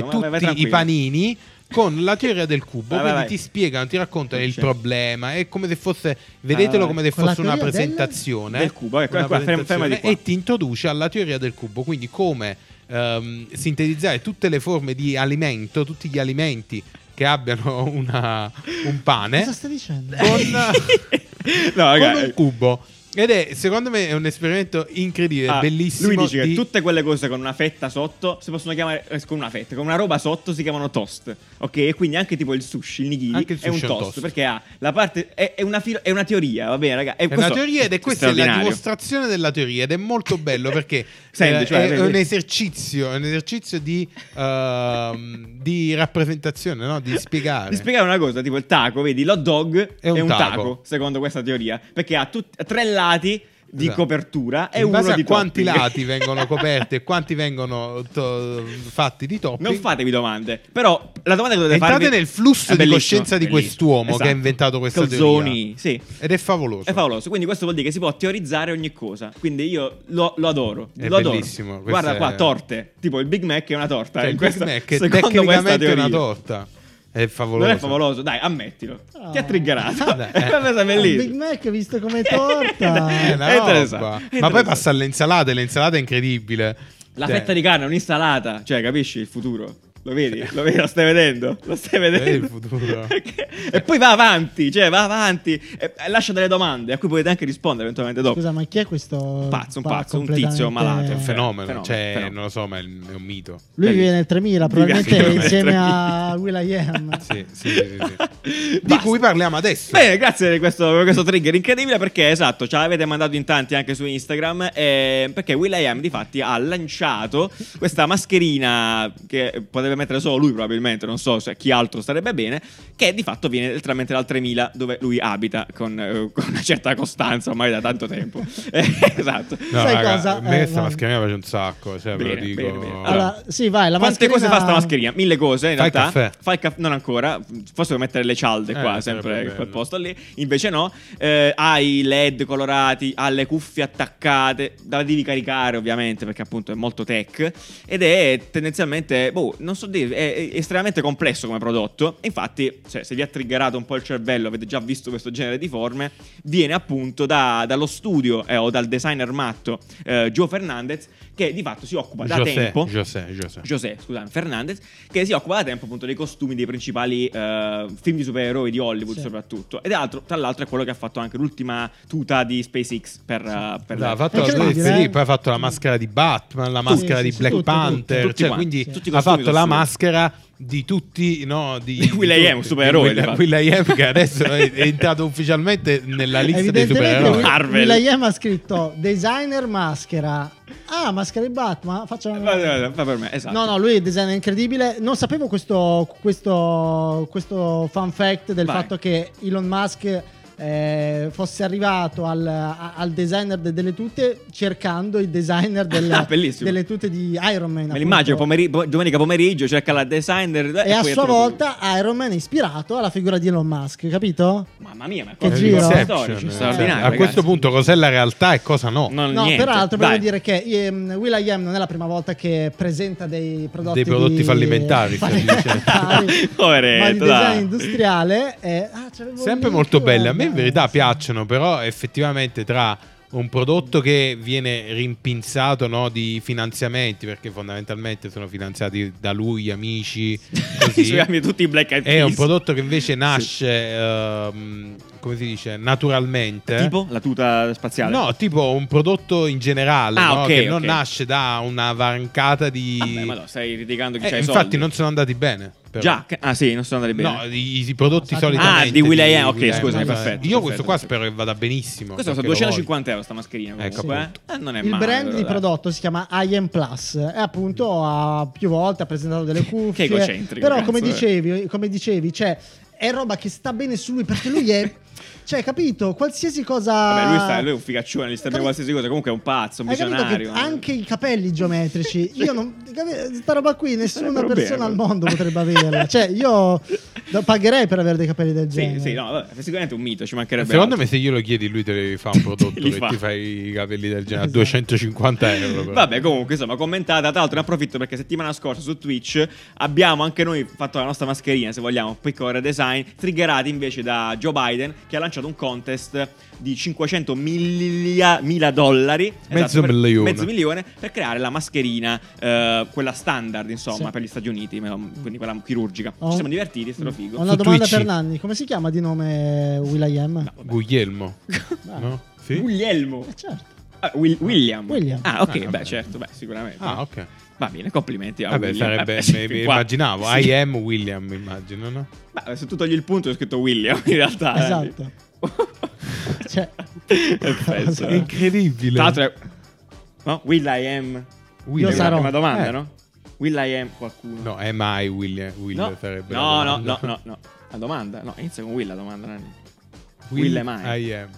A: Vai, vai, vai,
C: tutti
A: tranquillo.
C: i panini con la teoria del cubo,
A: Vai, vai,
C: quindi
A: vai.
C: ti spiegano, ti raccontano
A: Non
C: il
A: c'è.
C: problema, è come se fosse, vedetelo
A: vai.
C: come se
B: Con la
C: fosse una
B: teoria del-
C: presentazione,
A: del cubo, ecco,
C: una
A: ecco, ferm-
C: presentazione,
A: fermati qua.
C: e ti introduce alla teoria del cubo, quindi come ehm, sintetizzare tutte le forme di alimento, tutti gli alimenti che abbiano una- un pane
A: Eh?
B: Cosa stai
A: Oh,
B: dicendo?
A: sì. no,
C: con
A: raga, eh,
C: un cubo. Ed è, secondo me, è un esperimento incredibile,
A: ah,
C: bellissimo.
A: Lui dice
C: di-
A: che tutte quelle cose con una fetta sotto si possono chiamare eh, con una fetta, con una roba sotto si chiamano toast. Ok, e quindi anche tipo il sushi, il nigiri
C: Anche il
A: è un
C: sushi è
A: toast,
C: un toast.
A: perché ha la parte è, è una filo- è una teoria, va bene, raga. E
C: È
A: questo
C: una teoria ed è questa è la
A: straordinario.
C: dimostrazione della teoria ed è molto bello perché
A: Senti,
C: eh,
A: cioè,
C: è,
A: vedi.
C: un esercizio, è un esercizio di, ehm, di rappresentazione, no? di spiegare.
A: Ti spiegare una cosa, tipo il taco, vedi, l'hot dog è un, taco. secondo questa teoria, perché ha tut- tre lati di
C: Esatto.
A: copertura e
C: In
A: uno
C: base a
A: di
C: quanti
A: topping.
C: lati vengono coperti e quanti vengono to- fatti di topping.
A: Non fatevi domande, però la domanda che dovete
C: Entrate
A: farvi
C: nel flusso
A: è
C: di
A: bellissimo,
C: coscienza di
A: bellissimo. Esatto.
C: quest'uomo che ha inventato questa
A: Calzoni,
C: teoria.
A: sì.
C: Ed è favoloso.
A: È favoloso, quindi questo vuol dire che si può teorizzare ogni cosa. Quindi io lo, lo adoro.
C: È
A: lo adoro.
C: bellissimo, questo
A: Guarda qua,
C: è-
A: torte. Tipo il Big Mac è una torta.
C: Cioè,
A: eh,
C: il Big
A: questa-
C: Mac è
A: secondo questa
C: tecnicamente
A: teoria.
C: una torta. È favoloso.
A: Non è favoloso, dai, ammettilo.
B: Oh.
A: Ti ha triggerato.
C: Dai.
A: È una cosa
B: eh, Big
A: bellissima.
B: Mac visto come torta.
C: È una
A: È
C: Eh, roba.
A: interessante, è
C: Ma
A: interessante.
C: poi passa all'insalata, e l'insalata è incredibile.
A: La
C: Cioè,
A: fetta di carne è un'insalata, cioè capisci il futuro? Lo vedi? Lo, vedi? Lo stai vedendo? Lo stai vedendo?
C: il futuro.
A: Perché- e poi va avanti, cioè va avanti e, e lascia delle domande a cui potete anche rispondere eventualmente dopo.
B: Scusa, ma chi è questo?
A: Pazzo, un
B: pa-
A: pazzo, un
B: completamente-
A: tizio malato,
C: È un fenomeno,
A: Fenomeno,
C: cioè,
A: fenomeno.
C: non lo so, ma è il- è un mito.
B: Lui vive nel 3000,
A: Vive
B: probabilmente
A: nel
B: insieme
A: 3000.
B: a Will.i.am.
C: Sì, sì, sì, sì. Di
A: Basta.
C: cui parliamo adesso.
A: Bene, grazie per questo, per questo trigger incredibile perché esatto, ce l'avete mandato in tanti anche su Instagram ehm, eh, perché Will.i.am di fatti ha lanciato questa mascherina che poteva deve mettere solo lui probabilmente, non so se chi altro starebbe bene, che di fatto viene letteralmente dal 3000 dove lui abita con, eh, con una certa costanza ormai da tanto tempo. Eh, esatto.
C: No,
B: Sai
C: raga,
B: cosa?
C: A me
B: Eh,
C: sta
B: vai.
C: mascherina piace un sacco, cioè, ve
A: Bene,
C: lo dico.
A: bene, bene. Allora,
B: Allora, sì, vai, la
A: Quante cose fa sta
B: mascherina-
A: mascherina? Mille cose in
C: Fa il
A: realtà.
C: caffè.
A: Fa il caffè. Non ancora. Forse devo mettere le cialde
C: Eh,
A: qua,
C: sarebbe
A: sempre
C: bello.
A: quel posto lì. Invece no. Eh, ha i LED colorati, ha le cuffie attaccate. Da devi caricare, ovviamente, perché appunto è molto tech. Ed è tendenzialmente, boh, non so dire, è, è estremamente complesso come prodotto. E Infatti, cioè, se vi ha triggerato un po' il cervello, avete già visto questo genere di forme, viene appunto da- dallo studio eh, o dal designer matto eh, Joe Fernandez, che di fatto si occupa da
C: José,
A: tempo.
C: José, José.
A: José, scusate, Fernandez, che si occupa da tempo appunto dei costumi dei principali eh, film di supereroi di Hollywood
B: Sì.
A: soprattutto. Ed altro, tra l'altro è quello che ha fatto anche l'ultima tuta di SpaceX per... eh, per
C: Allora,
A: per-
C: ha fatto la
B: Incredibile,
C: Blaze Lee,
B: eh?
C: poi ha fatto la maschera di Batman, la maschera
B: sì,
C: di
B: sì,
C: Black
B: tutto,
C: Panther,
A: tutto, tutti
C: cioè,
A: quanti,
C: quindi
A: sì. tutti i
C: ha
A: costumi
C: fatto la
A: costumi.
C: maschera di tutti, no, di,
A: Di Will.i.am,
C: tutti.
A: supereroe,
C: Will-
A: le fa.
C: Will.i.am che adesso è è entrato ufficialmente nella lista dei
B: Evidentemente
C: supereroi.
A: Will- Marvel.
B: Will.i.am ha scritto designer maschera. Ah, maschera di Batman, facciamo
A: Va- va- va- va per me, esatto.
B: No, no, lui è designer incredibile. Non sapevo questo, questo, questo fun fact del
A: Vai.
B: fatto che Elon Musk eh, fosse arrivato al, a- al designer de- delle tute cercando il designer del-
A: Ah, bellissimo.
B: delle tute di Iron Man.
A: Me
B: appunto.
A: l'immagino pomeri- po- domenica pomeriggio, cerca la designer... eh,
B: E a
A: poi
B: sua
A: trovo-
B: volta Iron Man è ispirato alla figura di Elon Musk, capito?
A: Mamma mia, ma
C: Ah,
B: Che
A: cosa
B: giro.
A: storici,
C: Inception, eh.
A: cioè, straordinario.
C: a questo punto cos'è la realtà e cosa no?
A: Non,
B: No,
A: niente.
B: peraltro
A: Vai.
B: voglio dire che ehm, Will.i.am non è la prima volta che presenta dei prodotti,
C: Dei prodotti
B: di-
C: fallimentari, stai
B: fallimentari,
A: dicendo.
B: ma di
A: Poveretto, dai.
B: design industriale è ah, c'avevo
C: Sempre
B: lì,
C: molto
B: guarda.
C: belle, a me in verità piacciono, però effettivamente tra un prodotto che viene rimpinzato no, di finanziamenti, perché fondamentalmente sono finanziati da lui, amici, così.
A: I suoi amici, tutti i Black Eyed
C: È un
A: Peas.
C: prodotto che invece
A: Sì.
C: nasce, ehm, come si dice, naturalmente.
A: Tipo la tuta spaziale.
C: eh. No, tipo un prodotto in generale,
A: Ah,
C: no?
A: ok,
C: che non
A: ok.
C: nasce da una varcata di...
A: Vabbè, ma no, stai litigando chi
C: Eh,
A: c'ha i
C: infatti
A: soldi.
C: non sono andati bene. però.
A: Già, che- ah sì, non sono andati bene.
C: No, i, i prodotti
B: Ah,
C: solitamente.
A: di Will.i.am, ok,
C: Will.i.am,
A: scusami,
C: no,
A: perfetto,
C: Io
A: perfetto,
C: questo qua
A: perfetto.
C: spero che vada benissimo.
A: Questo costa
C: perché lo
A: 250 euro sta mascherina.
C: Ecco,
A: Comunque,
C: appunto.
A: eh? Eh, non è
B: Il
A: male,
B: brand
A: però,
B: di
A: dai.
B: prodotto si chiama IM Plus e appunto ha più volte ha presentato delle cuffie.
A: egocentrico,
B: Però come
A: cazzo, eh.
B: dicevi, come dicevi, cioè è roba che sta bene su lui perché lui è cioè, capito, qualsiasi cosa
A: Vabbè, lui, sta, lui è un figaccione, gli sta bene
B: Capi-
A: qualsiasi cosa. Comunque è un pazzo, un
B: Ah, Hai capito che
A: visionario. eh?
B: anche i capelli geometrici, io non. capi- Sta roba qui, nessuna
A: sarebbero
B: persona
A: bene.
B: al mondo potrebbe averla. Cioè, io lo pagherei per avere dei capelli del genere.
A: Sì, sì, no, vabbè, sicuramente un mito, ci mancherebbe.
C: Secondo me
A: altro.
C: se glielo chiedi lui te devi fare un prodotto
A: Li
C: che
A: fa.
C: ti fai i capelli del genere a
B: Esatto.
C: 250 euro. però.
A: Vabbè, comunque, insomma, commentata. Tra l'altro, ne approfitto perché settimana scorsa su Twitch abbiamo anche noi fatto la nostra mascherina, se vogliamo, un piccolo redesign. Triggerati invece da Joe Biden che ha lanciato un contest di 500 milia- mila dollari. esatto,
C: Mezzo
A: per-
C: milione.
A: mezzo milione per creare la mascherina, eh, quella standard, insomma,
B: Sì. Oh.
A: per gli Stati Uniti, me- quindi quella chirurgica.
B: Ho-
A: Ci siamo divertiti, è stato figo.
B: Ho una
C: Su
B: domanda
C: Twitch.
B: per Nanni: come si chiama di nome Will.i.am? No.
C: Guglielmo. no? Sì?
A: Guglielmo.
B: certo.
A: Ah, Will- William.
B: William.
A: Ah, ok,
C: Ah,
A: beh,
C: vabbè.
A: certo, beh, sicuramente.
C: Ah, ok.
A: Va bene, complimenti. A
C: Vabbè,
A: William.
C: sarebbe,
A: Vabbè, sì,
C: mi- mi
A: qua-
C: immaginavo,
A: sì.
C: I am William, immagino, no?
A: Ma se tu togli il punto, ho scritto William. In realtà, eh.
B: Esatto. Cioè,
A: Perfetto.
B: Cosa-
C: È
A: Tra
C: incredibile.
A: l'altro, è... no? Will I am.
C: William.
B: Io sarò.
A: È una domanda,
C: Eh.
A: no? Will I am qualcuno.
C: No, am I William? Will
A: no?
C: sarebbe la
A: no, no,
C: domanda.
A: no, no, no. La domanda, no, inizia con Will la domanda. Nanni.
C: Will,
A: Will am I?
C: I am.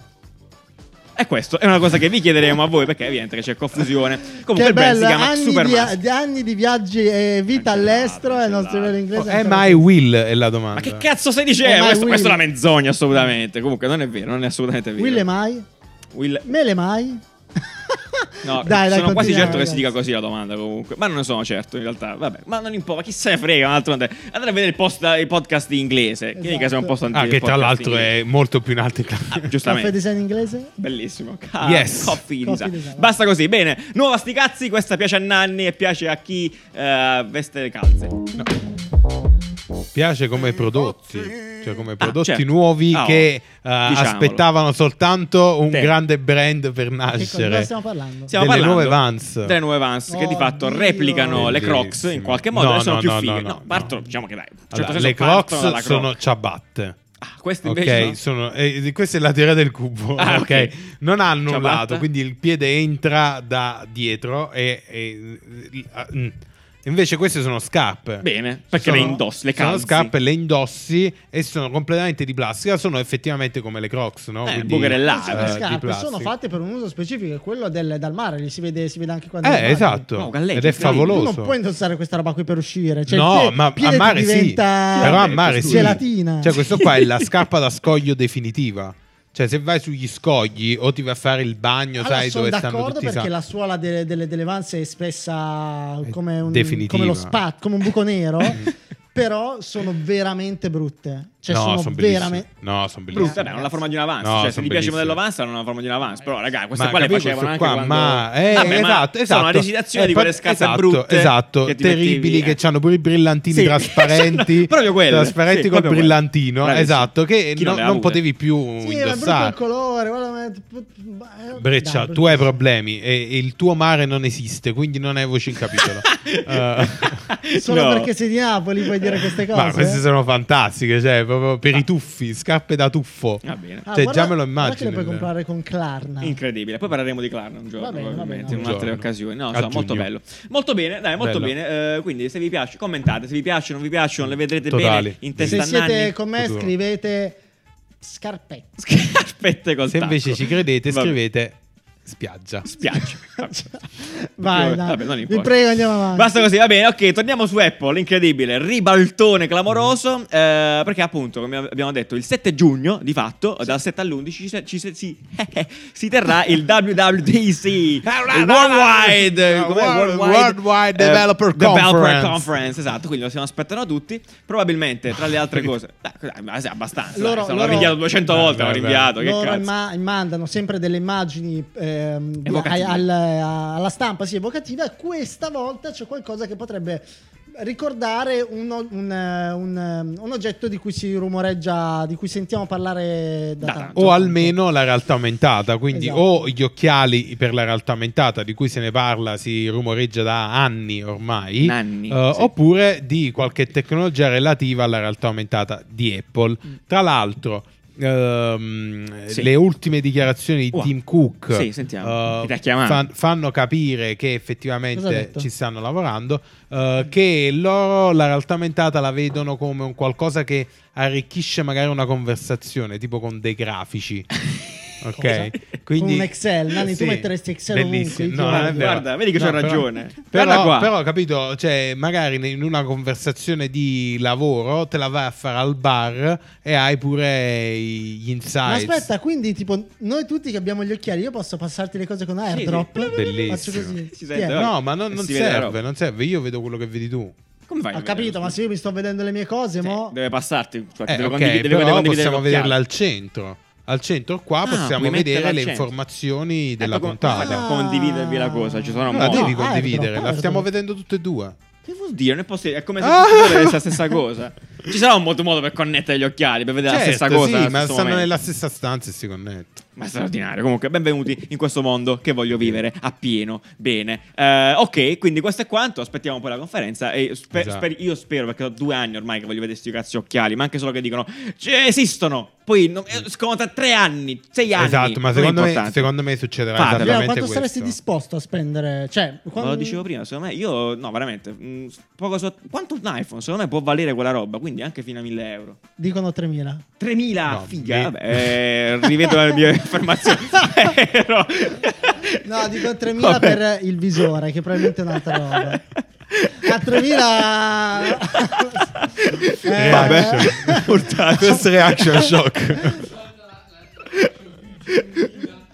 A: E questo è una cosa che vi chiederemo a voi perché è evidente che c'è confusione. Comunque
B: che
A: il brand si
B: bello,
A: chiama
B: anni
A: Super
B: di,
A: Mask.
B: di anni di viaggi e
A: Cancellato,
B: vita all'estero eh, e non studiare
C: Oh,
B: l'inglese.
C: am I Will è la domanda.
A: Ma che cazzo stai
B: Eh,
A: dicendo?
B: ma
A: Questo,
B: Will-
A: questa è una menzogna assolutamente. Comunque non è vero, non è assolutamente vero.
B: Will e mai?
A: Will-
B: Me le mai?
A: No,
B: Dai, dai,
A: sono quasi
B: continuiamo,
A: certo che si
B: ragazzi.
A: dica così la domanda comunque, ma non ne sono certo in realtà. Vabbè, ma non importa, chi se ne frega, un'altra domanda. Andate a vedere il, post, il podcast in inglese, che mica
B: Esatto.
A: siamo un post
C: Ah,
A: antico.
C: che tra l'altro è molto più in alto che
B: Caffè
A: Ah, Giustamente.
B: design inglese?
A: Bellissimo. Ca-
C: Yes.
A: Coffee design.
B: Coffee design.
A: Basta così, bene. Nuova sti cazzi, questa piace a Nanni e piace a chi eh, veste le calze.
C: piace come prodotti, cioè come prodotti
A: certo.
C: nuovi
A: Ah, oh,
C: che eh,
A: diciamolo.
C: aspettavano soltanto un
A: Sì.
C: grande brand per
B: Che cosa Ecco, di cosa
C: nascere.
B: stiamo parlando?
A: Stiamo
C: Delle
A: parlando
C: nuove Vans.
A: Delle nuove Vans che di
B: Oh,
A: fatto
B: Dio.
A: replicano le Crocs
C: Bellissimo.
A: in qualche modo
C: No,
A: e sono
C: no,
A: più
C: no,
A: fighe.
C: no,
A: No,
C: no,
A: parto,
C: no.
A: diciamo che dai. in un certo
C: Allora,
A: senso
C: le
A: partono
C: Crocs
A: dalla Croc.
C: sono ciabatte.
A: Ah, queste
C: Ok,
A: invece sono-
C: sono- eh, questa è la teoria del cubo.
A: Ah,
C: ok.
A: ok.
C: non hanno un
A: Ciabatta.
C: lato, quindi il piede entra da dietro e, e- l- ah, mm, Invece queste sono scarpe.
A: Bene, perché le indossi, le
C: Sono
A: calzi.
C: scarpe, le indossi e sono completamente di plastica. Sono effettivamente come le Crocs, no?
A: Eh,
C: Quindi,
A: bucherellate.
C: eh,
A: Sono
B: le
C: di
B: scarpe sono
C: plastica.
B: fatte per un uso specifico, è quello del, dal mare, li si vede, si vede anche quando...
C: Eh,
B: vai.
C: esatto.
A: No, galleggi,
C: Ed è
A: sì.
B: Tu
C: favoloso.
B: non puoi indossare questa roba qui per uscire. Cioè,
C: no,
B: il pie-
C: ma
B: piede
C: a
B: ti
C: mare
B: diventa
C: sì. Però a
A: Vabbè,
C: mare sì.
B: gelatina.
C: Cioè, questo qua è la scarpa da scoglio definitiva. Cioè, se vai sugli scogli o ti vai a fare il bagno,
B: Allora,
C: sai
B: Ah, sono
C: dove stanno
B: d'accordo
C: tutti i
B: perché
C: sacchi.
B: la suola delle, delle, delle Vans è spessa
C: È
B: come, un,
C: definitiva.
B: come lo spat, come un buco nero. però sono veramente brutte. Cioè,
C: no,
B: sono,
C: sono bellissime.
B: veramente.
C: No, sono bellissime.
A: Brutta, beh, non la forma di un avance.
C: No,
A: cioè, se
C: sono
A: vi piace il
C: bellissime.
A: modello avance, non è una forma di un avance. Però, raga, queste
C: Ma
A: qua le
C: capito
A: facevano anche
C: questo qua,
A: quando...
C: ma, eh,
A: Vabbè, ma
C: esatto, esatto.
A: sono una recitazione
C: Eh,
A: di quelle
C: poi-
A: scarpe
C: esatto,
A: brutte
C: esatto,
A: che ti
C: terribili
A: mettevi,
C: che
A: eh.
C: hanno pure i brillantini
A: Sì.
C: trasparenti
A: Proprio quelle,
C: trasparenti
A: sì,
C: col
A: proprio quelle.
C: brillantino
A: Bravissimo.
C: esatto che
A: Chi non
C: no- non,
A: le ha avute?
C: potevi più
B: Sì, ma è brutto il
C: indossare
B: colore. guarda, ma- eh,
C: Breccia,
B: dai,
C: tu hai problemi e, e il tuo mare non esiste, quindi non hai voce in capitolo. Eh,
B: Solo
A: No.
B: perché sei di Napoli puoi dire queste cose.
C: ma queste sono fantastiche, cioè, proprio per i tuffi, scarpe da tuffo.
A: Va bene.
B: Ah,
C: cioè,
B: guarda-
C: già me lo
B: guarda che
C: immagino.
B: le puoi comprare con Klarna.
A: Incredibile, poi parleremo di Clara un giorno,
B: Va bene, va
A: probabilmente,
B: bene,
A: in
C: va
A: altre
C: bene.
A: occasioni. No,
C: A
A: insomma, molto
C: giugno.
A: bello. Molto bene, dai, molto
C: Bello.
A: bene. Eh, quindi, se vi piace, commentate. Se vi piace, non vi piace, non le vedrete
C: Totali.
A: bene in
B: Se
A: testa a
B: siete
A: nanni.
B: con me,
C: Futuro.
B: scrivete scarpette.
A: Scarpette col
C: Se invece
A: tacco.
C: ci credete,
A: Vabbè,
C: scrivete spiaggia.
A: Spiace. Vabbè.
B: Vai, dai.
A: Vabbè, non
B: vi
A: importa.
B: prego, andiamo avanti.
A: Basta così, va bene, ok, torniamo su Apple, incredibile, ribaltone clamoroso,
B: Mm.
A: eh, perché appunto, come abbiamo detto, il 7 giugno, di fatto, dal 7 all'11 ci, se- ci se- si, si terrà il WWDC,
B: Eh,
A: il Worldwide,
C: Eh,
A: com'è?
C: World- Worldwide Developer Conference.
A: Conference, esatto, quindi lo stiamo aspettano tutti, probabilmente, tra le altre cose, dai, dai, ma sì, abbastanza,
B: Loro-
A: dai, se l'ho
B: loro-
A: rinviato 200
C: Beh,
A: volte,
C: beh,
A: l'ho
C: beh.
A: rinviato, che
B: loro
A: cazzo.
B: ma- mandano sempre delle immagini ehm, di-
A: Evocative.
B: ai- al- a- alla stampa sì, evocativa e questa volta c'è qualcosa che potrebbe ricordare un, o- un, eh, un, eh, un oggetto di cui si rumoreggia di cui sentiamo parlare da,
A: Da
B: tanto.
A: tanto.
C: O almeno la realtà aumentata, quindi
B: Esatto.
C: o gli occhiali per la realtà aumentata di cui se ne parla, si rumoreggia da anni ormai,
A: Nanni,
C: eh,
A: sì.
C: oppure di qualche tecnologia relativa alla realtà aumentata di Apple. Tra l'altro, ehm,
A: Mm. Sì.
C: le ultime dichiarazioni di
A: Uah.
C: Tim Cook
A: Sì, sentiamo.
C: eh,
A: Ti ha chiamato.
C: fan- fanno capire che
B: Cosa ha
C: effettivamente
B: detto?
C: ci stanno lavorando, eh, che loro la realtà aumentata la vedono come un qualcosa che arricchisce magari una conversazione, tipo con dei grafici.
B: Cosa?
C: Ok, quindi
B: Con un Excel, Nanni, tu metteresti Excel ovunque,
C: bellissimo.
B: io ti
C: No,
B: voglio.
C: non è vero.
A: Guarda, vedi che c'ho
C: però-
A: ragione. Guarda
C: Però,
A: qua.
C: però, capito, cioè, magari in una conversazione di lavoro te la vai a fare al bar e hai pure i- gli
B: ma
C: insights.
B: aspetta quindi tipo noi tutti che abbiamo gli occhiali io posso passarti le cose con
A: sì.
B: airdrop
C: Bellissimo.
B: faccio così
A: Si sente,
B: Tieni.
A: va.
C: No, ma non,
A: Eh, Si
C: non
A: vede la
C: serve,
A: roba.
C: non serve. Io vedo quello che vedi tu.
A: Come fai a
B: ho
A: vedere?
B: capito ma se io mi sto vedendo le mie cose
A: Sì,
B: mo
A: deve passarti, cioè,
C: Eh,
A: deve
C: ok,
A: condivi- deve-
C: però
A: deve condividere
C: possiamo
A: l'occhiale.
C: vederla al centro. Al centro qua
A: Ah,
C: possiamo
A: puoi metterla
C: vedere
A: al
C: le
A: centro.
C: informazioni della
A: Ecco, come-
C: contata.
A: come fai a Condividervi la cosa, ci sono
C: Non la
A: modi.
C: devi
B: No,
C: condividere,
B: airdrop,
C: la stiamo
B: airdrop.
C: vedendo tutte e due.
A: Che vuol dire? Non è possibile, è come se
C: Ah!
A: tutti e due vedessero la stessa cosa. Ci sarà un modo, modo per connettere gli occhiali, per vedere la stessa
C: Certo,
A: cosa.
C: sì,
A: allo
C: ma
A: stesso
C: stanno
A: momento.
C: nella stessa stanza e si connettono.
A: Ma è straordinario. Comunque, benvenuti in questo mondo che voglio vivere appieno. Bene. Eh, ok, quindi questo è quanto. Aspettiamo poi la conferenza. E spe-
C: Esatto.
A: sper- io spero, perché ho due anni ormai che voglio vedere questi cazzi occhiali, ma anche solo che dicono "Cioè, esistono. Poi no, eh, sconta tre anni, sei anni.
C: Esatto,
A: Non
C: ma
A: è
C: secondo me,
A: importante.
C: secondo me succederà
A: Fatelo.
B: Andrea,
C: esattamente
B: quanto
C: questo.
B: saresti disposto a spendere cioè
A: Ma
B: quando-
A: lo dicevo prima, secondo me io, no, veramente, mh, poco so- quanto un iPhone secondo me può valere quella roba, quindi anche fino a 1000 euro.
B: dicono 3000
A: 3000,
C: No,
A: figa,
C: mi-
A: vabbè, eh, rivedo le mie affermazioni. Però-
B: No, dico 3000
A: Vabbè.
B: per il visore, che probabilmente è un'altra roba. A 3000 Eh,
A: Vabbè,
C: First reaction shock.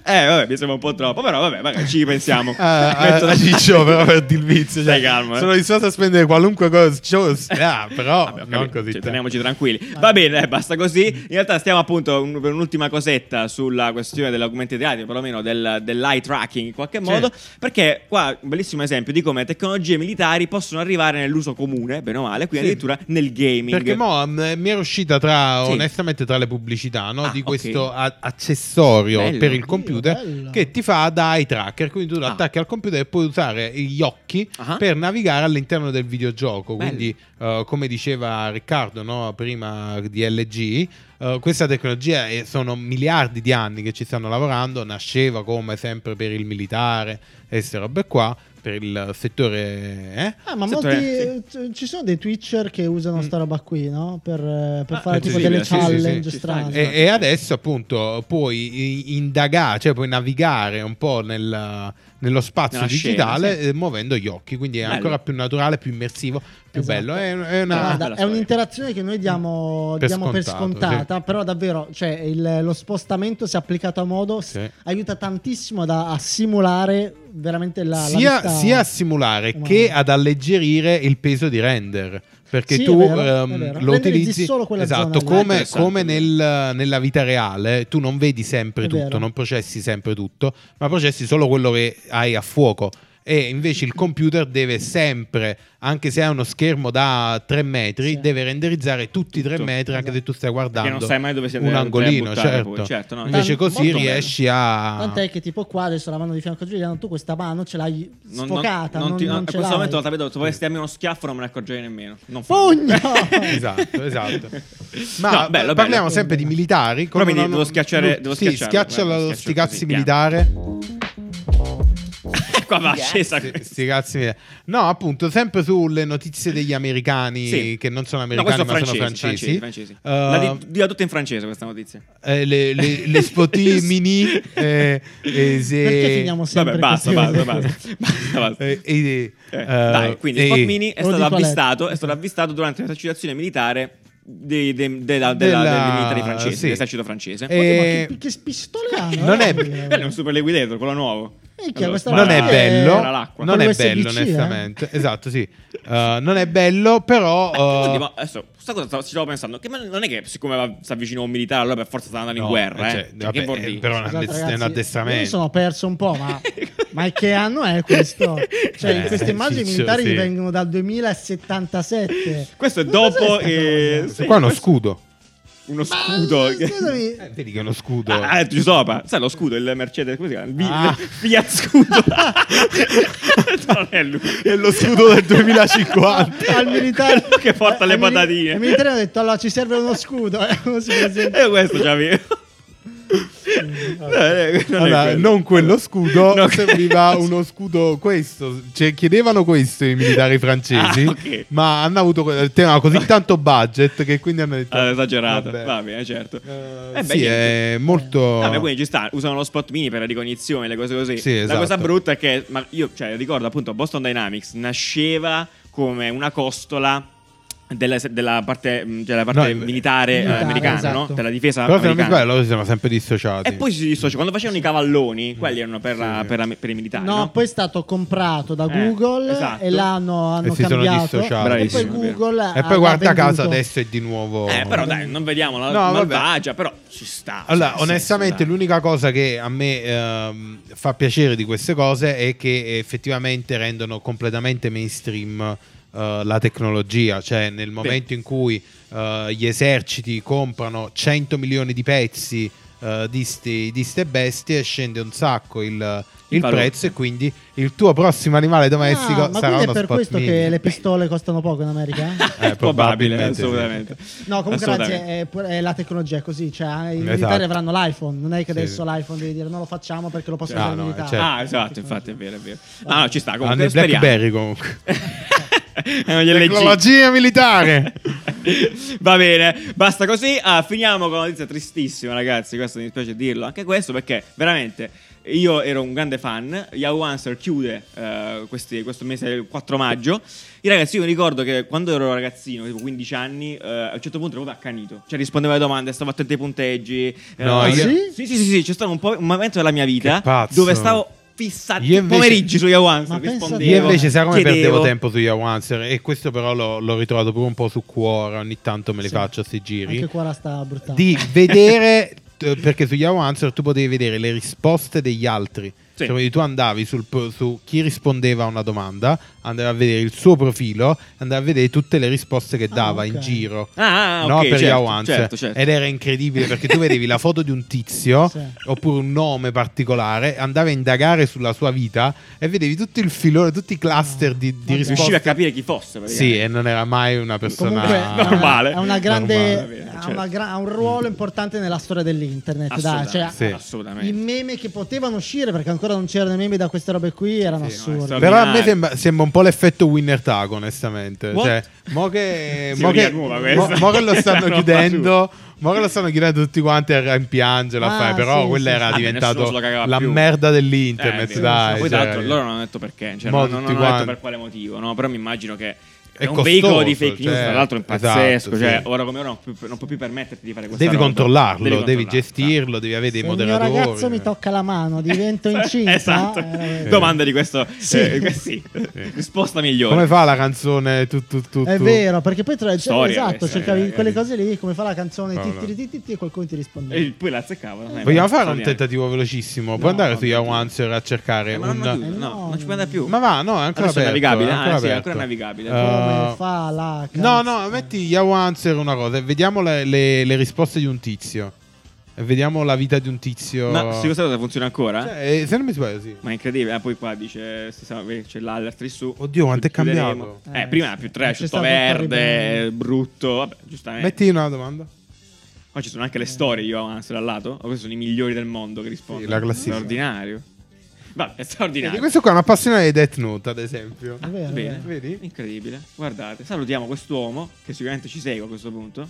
A: Eh, vabbè, mi sembra un po' troppo, però vabbè, magari ci pensiamo.
C: Ah, ah,
A: Metto-
C: ah, Ciccio, però per il vizio. Cioè,
A: Stai calmo, eh.
C: Sono disposto a spendere qualunque cosa. cioè, ah, però
A: Vabbè, ho
C: non
A: capito.
C: così.
A: Cioè,
C: tanto.
A: teniamoci tranquilli. Va bene, eh, basta così. In realtà stiamo appunto un- per un'ultima cosetta sulla questione dell'augmented reality, perlomeno del, dell'eye tracking in qualche modo, perché qua un bellissimo esempio di come tecnologie militari possono arrivare nell'uso comune, bene o male, quindi
C: Sì.
A: addirittura nel gaming.
C: Perché mo, mh, mi era uscita tra,
A: Sì.
C: onestamente tra le pubblicità no,
A: Ah,
C: di
A: ok.
C: questo a- accessorio
A: Bello.
C: per il
A: Oddio,
C: computer
B: bello.
C: che ti fa da eye tracker. Quindi tu lo
A: Ah.
C: attacchi al computer e puoi usare gli occhi
A: Ah.
C: per navigare all'interno del videogioco.
A: Bello.
C: Quindi, eh, come diceva Riccardo no, prima di LG. eh, questa tecnologia è- sono miliardi di anni che ci stanno lavorando, nasceva come sempre per il militare e queste robe qua, per il settore... Eh?
B: Ah, ma
A: Sì,
B: molti,
A: tre,
B: eh, ci sono dei twitcher che usano sta roba qui, no? Per, eh, per
A: Ah,
B: fare
A: è
B: tipo
A: possibile, sì,
B: delle
A: sì, sì,
B: challenge
A: ci sta,
B: strane.
A: ci
C: E, e adesso appunto puoi i- indagare, cioè puoi navigare un po' nel- nello spazio
A: Nella scena,
C: digitale
A: sì.
C: eh, muovendo gli occhi, quindi è
A: Bello.
C: ancora più naturale, più immersivo, più
B: Esatto.
C: bello. È, è una...
A: Guarda,
B: Guarda, è
A: storia.
B: un'interazione che noi diamo
C: Ah, Per
B: per, diamo per
C: scontato,
B: scontata, però davvero cioè, il- lo spostamento, se applicato a modo, s-
C: Sì.
B: aiuta tantissimo da- a simulare veramente la, la
C: sia,
B: vista
C: sia a simulare
B: umana.
C: che ad alleggerire il peso di render. Perché
B: Sì, è
C: tu
B: vero, è
C: ehm,
B: vero.
C: lo
B: Renderizzi
C: utilizzi
B: solo quella
C: esatto,
B: zona lì.
A: Ah,
C: come,
A: interessante.
C: come nel- nella vita reale, tu non vedi sempre
B: È
C: tutto,
B: vero.
C: non processi sempre tutto, ma processi solo quello che hai a fuoco. E invece il computer deve sempre, anche se ha uno schermo da 3 metri,
B: Sì.
C: deve renderizzare tutti i 3
A: Tutto.
C: metri, anche se tu stai
A: Perché
C: guardando
A: non sai mai dove si
C: un
A: andrà-
C: angolino.
A: andrà a buttare
C: Certo.
A: poi, certo, no,
C: invece
A: no.
C: così
A: Molto
C: riesci a.
B: Tant'è che tipo qua adesso la mano di fianco a Giuliano, tu questa mano ce l'hai
A: Non-
B: sfocata,
A: non-
B: non,
A: non ti-
B: non
A: in
B: ce
A: questo
B: l'hai.
A: momento la vedo, se volessi darmi uno schiaffo non me ne accorgerei nemmeno. Non fa-
B: Pugno!
C: esatto, esatto. Ma
A: No, bello, bello.
C: parliamo sempre di militari.
A: Però mi
C: Come
A: devi-
C: non-
A: devo schiacciare-
C: Lu-
A: devo
C: sì,
A: schiacciarlo,
C: schiaccia
A: guarda,
C: lo
A: schiaccio
C: sti cazzi
A: così,
C: militare.
A: Qua va scesa.
C: Sì, sti cazzi militare. No, appunto, sempre sulle notizie degli americani
A: Sì.
C: che non sono
A: No, questo
C: americani, ma
A: francese,
C: sono
A: francesi.
C: francesi.
A: francesi.
C: Eh,
A: La di- Dilla tutta in francese questa notizia.
C: eh, le, le, le spotì mini. eh, eh, se-
B: Perché finiamo sempre
A: Vabbè, basta,
B: così?
A: basta, basta. basta, basta.
C: eh, eh,
A: Eh,
C: eh,
A: dai, quindi Spot
C: eh,
A: Mini è
B: Lo
A: stato,
B: dico a letto.
A: avvistato, è stato avvistato durante l'esercitazione militare dei- de- della- della-
C: Della-
A: dei militari francesi,
C: sì.
A: dell'esercito francese.
C: Eh,
B: Oddio, ma che, che spistole hanno?
C: non
B: eh?
C: è-
A: Bello, è un super liquidator, quello nuovo.
B: Minchia, questa
A: spara-
C: non è
B: Eh,
C: bello,
A: spara l'acqua.
C: non
B: Con
C: è
B: l'USB-C,
C: bello,
B: eh?
C: onestamente. Esatto, sì. Eh, non è bello,
A: Eh, oddio,
C: però. eh,
A: ma adesso, questa cosa stavo- ci stavo pensando. Che ma non è che siccome va- si avvicina un militare, allora per forza sta andando in
C: no,
A: guerra.
C: cioè,
A: eh. Cioè,
C: vabbè,
A: che vuol
C: eh,
A: dire?
C: però è un
B: Scusate,
C: addest- è un
B: Esatto, ragazzi, Io mi
C: addestramento.
B: sono perso un po', ma, ma che anno è questo? Cioè, in
C: Eh,
B: queste immagini
C: Ciccio,
B: militari
C: sì.
B: vengono dal 2077.
A: Questo è
B: Ma
A: dopo.
B: cos'è sta
A: eh,
B: cosa?
A: sì,
C: Qua è uno
A: questo-
C: scudo.
A: uno
B: Ma,
A: scudo.
B: Scusami,
C: Eh, vedi che è uno scudo.
A: Ah, ha detto Giusoppa. Sai lo scudo, il Mercedes, come si chiama? Il vi-
C: Ah.
A: il Fiat scudo. non è lui.
C: è lo scudo del 2050.
B: al militare
A: Quello che porta
B: eh,
A: le
B: al mili-
A: patatine.
B: Il militare ha detto: Allora ci serve uno scudo. eh, così
C: Esatto.
B: presenta.
A: E questo già vi... No, eh, non, è
C: Allora,
A: quello.
C: Mm, non quello scudo,
A: No,
C: serviva uno scudo questo. Cioè, chiedevano questo i militari francesi,
A: Ah, ok.
C: ma hanno avuto que- tema così tanto budget che quindi hanno detto...
A: Ah, esagerato.
C: vabbè.
A: Va bene, certo.
C: Eh,
A: Eh, beh,
C: sì,
A: niente. Eh,
C: è molto...
A: Vabbè, quindi ci sta, usano lo spot mini per la ricognizione, le cose così.
C: Sì, esatto.
A: La cosa brutta è che, ma io cioè, ricordo appunto Boston Dynamics nasceva come una costola della, della parte, mh, della parte
C: No,
A: militare, eh,
B: militare,
A: americana, no?
B: esatto.
A: della difesa
C: Però se non mi
A: americana.
C: sbaglio, loro si sono sempre dissociati.
A: E poi si dissocia, quando facevano i
C: Mm.
A: cavalloni, quelli erano per, la- per la- per i militari.
B: No,
A: No,
B: poi è stato comprato da
A: Eh,
B: Google
A: esatto.
B: e l'hanno hanno
C: E si sono
B: cambiato.
C: dissociati.
B: E poi
A: Bravissimo, vero.
B: Google
C: E
B: ha-
C: poi guarda
B: ha
C: caso
B: venduto.
C: adesso è di nuovo...
A: Eh, però dai, non vediamo la
C: Oh. No, vabbè.
A: malvagia, però ci sta.
C: Allora,
A: cioè,
C: onestamente,
A: senso,
C: l'unica cosa che a me ehm, fa piacere di queste cose è che effettivamente rendono completamente mainstream eh, la tecnologia. Cioè, nel momento in cui eh, gli eserciti comprano 100 milioni di pezzi eh, di, sti- di ste bestie, scende un sacco il, il
A: valore.
C: prezzo. E quindi il tuo prossimo animale domestico
B: Ah, ma
C: sarà
B: quindi
C: uno
B: è per
C: spot
B: questo
C: mini.
B: che le pistole costano poco in America?
A: dai.
C: Eh,
A: È probabile,
C: probabilmente sì.
A: assolutamente.
B: No, comunque
A: Assolutamente.
B: ragazzi, è pure- è la tecnologia è così, cioè i
C: Esatto.
B: militari avranno l'iPhone, non è che
C: Sì.
B: adesso l'iPhone devi dire non lo facciamo perché lo possono
C: No,
B: usare i
C: no,
B: militari.
C: certo.
A: Ah, esatto, infatti, è vero, è vero. Ah, no, ci sta, comunque,
C: Hanno i
A: speriamo.
C: Blackberry comunque.
A: Eh, non gliele leggi.
C: Tecnologia militare.
A: Va bene, basta così. Ah, finiamo con una notizia tristissima, ragazzi. Questo mi dispiace dirlo. Anche questo perché veramente io ero un grande fan. Yahoo Answer chiude eh, questi- questo mese il 4 maggio. I ragazzi, io mi ricordo che quando ero ragazzino, tipo 15 anni, eh, a un certo punto ero proprio accanito. Cioè, rispondeva alle domande, stavo attento ai punteggi. eh,
C: No,
A: no,
C: io-
A: sì? Sì, sì, sì, sì, c'è stato un, po- un momento della mia vita
C: Che pazzo.
A: dove stavo fissato
C: Io invece-
A: pomeriggi su Yahoo Answer.
B: Ma pensa a te.
A: Rispondevo,
C: Io invece, sai come
A: chiedevo.
C: perdevo tempo su Yahoo Answer? E questo però l'ho, l'ho ritrovato pure un po' su cuore. Ogni tanto me li
B: Sì.
C: faccio a sti giri.
B: Anche qua la sta bruttando.
C: Di vedere. t- Perché su Yahoo Answer tu potevi vedere le risposte degli altri.
A: Sì.
C: Cioè, quindi tu andavi sul pro- su chi rispondeva a una domanda, andavi a vedere il suo profilo, andavi a vedere tutte le risposte che
B: Ah,
C: dava
B: ok.
C: in giro.
A: Ah, ah,
C: no,
A: ok,
C: per
A: certo,
C: Yahoo Answer.
A: certo, certo.
C: Ed era incredibile perché tu vedevi la foto di un tizio
B: Sì.
C: oppure un nome particolare, andavi a indagare sulla sua vita e vededevi tutto il filone, tutti i cluster di, di
B: Vabbè.
A: Riuscivi a
C: risposte.
A: capire chi fosse.
C: Sì, eh.
A: praticamente.
C: e non era mai una
B: Comunque
C: persona
B: ha-
A: normale.
B: ha, una grande,
A: Normale,
B: ha,
A: certo.
B: una gra- ha un ruolo importante nella storia dell'internet. dai,
A: Assolutamente,
B: cioè,
C: Sì.
A: assolutamente.
B: I meme che potevano uscire perché ancora non c'erano i meme da queste robe qui, erano
A: Sì, no, è
B: assurde.
A: stato-
C: Però a me
A: Ordinari.
C: sembra, sembra un po' l'effetto Winner Tag, onestamente.
A: What?
C: Cioè, mo che,
A: Sì,
C: mo che,
A: nuova questa.
C: mo- mo che lo stanno
A: Roba
C: chiudendo, mo che lo stanno chiudendo tutti quanti a rimpiangere.
B: Ah,
C: fai, però
B: sì,
C: quella
B: sì,
C: era
A: sì. Vabbè,
C: diventato
A: nessuno se lo cagava
C: la
A: più.
C: merda
A: Eh,
C: dell'internet.
A: sì,
C: dai,
A: sì. Poi
C: cioè.
A: tra l'altro loro non hanno detto perché, cioè,
C: Mo
A: non, non
C: tutti
A: hanno
C: quanti.
A: detto per quale motivo, no? Però mi immagino che
C: È
A: è, un veicolo di
C: costoso,
A: fake news,
C: cioè,
A: tra l'altro è
C: esatto,
A: pazzesco, cioè,
C: sì.
A: ora come ora non, pu- non puoi più permetterti di fare questa
C: Devi
A: roba.
C: controllarlo, devi,
A: controllarlo, esatto.
C: gestirlo, devi avere dei
B: Se il mio
C: moderatori.
B: ragazzo mi tocca la mano, divento incinta.
A: esatto.
B: eh,
A: Domanda di questo
B: Sì.
A: eh, sì. risposta migliore.
C: Come fa la canzone? Tu, tu, tu,
B: È
C: tu?
B: vero, perché poi tra...
A: Storia
B: esatto,
A: questa,
B: cercavi
A: eh,
B: quelle
A: eh.
B: cose lì, come fa la canzone
C: Paolo.
B: ti, ti, ti, ti, ti, e qualcuno ti rispondeva.
A: E poi la azzeccavano. eh,
C: Vogliamo
A: ma-
C: fare un
A: niente.
C: tentativo velocissimo? Puoi
A: No,
C: andare su
A: no,
C: Yahoo
A: no.
C: Answer a cercare
A: Eh, ma
C: un.
A: non hanno chiuso,
B: Eh,
A: no,
B: no.
A: non ci puoi andare più.
C: Ma va, no, è ancora
A: Adesso è
C: aperto,
A: navigabile,
C: è
A: ah,
C: ancora
A: sì, è
C: aperto.
A: ancora navigabile.
B: Come
C: Eh,
B: fa la
C: No,
B: canzone?
C: no, metti Yahoo Answer una cosa e vediamo le, le- le risposte di un tizio. E vediamo la vita di un tizio.
A: Ma sì, questa cosa funziona ancora?
C: Cioè, eh, se non mi sbaglio, sì.
A: Ma è incredibile, eh, poi qua dice si sa, vedi, c'è l'alert lì su.
C: Oddio, quanto è
A: Chiuderemo.
C: cambiato.
A: Eh,
B: Eh,
A: prima
B: sì.
A: era più
B: Non
A: trash,
B: c'è
A: tutto
B: stato un
A: verde,
B: terribile.
A: brutto. Vabbè, giustamente.
C: Metti una domanda.
A: Qua ci sono anche le storie, io avanzo dal lato. Oh, questi sono i migliori del mondo che rispondono.
C: Sì, la classifica.
A: Straordinario. Vabbè, è
C: Vedi,
A: straordinario.
C: Eh,
A: Ah,
C: questo qua è un appassionato di Death Note, ad esempio.
B: È vero,
A: Bene,
B: eh.
C: Vedi?
A: incredibile. Guardate, salutiamo quest'uomo che sicuramente ci segue a questo punto.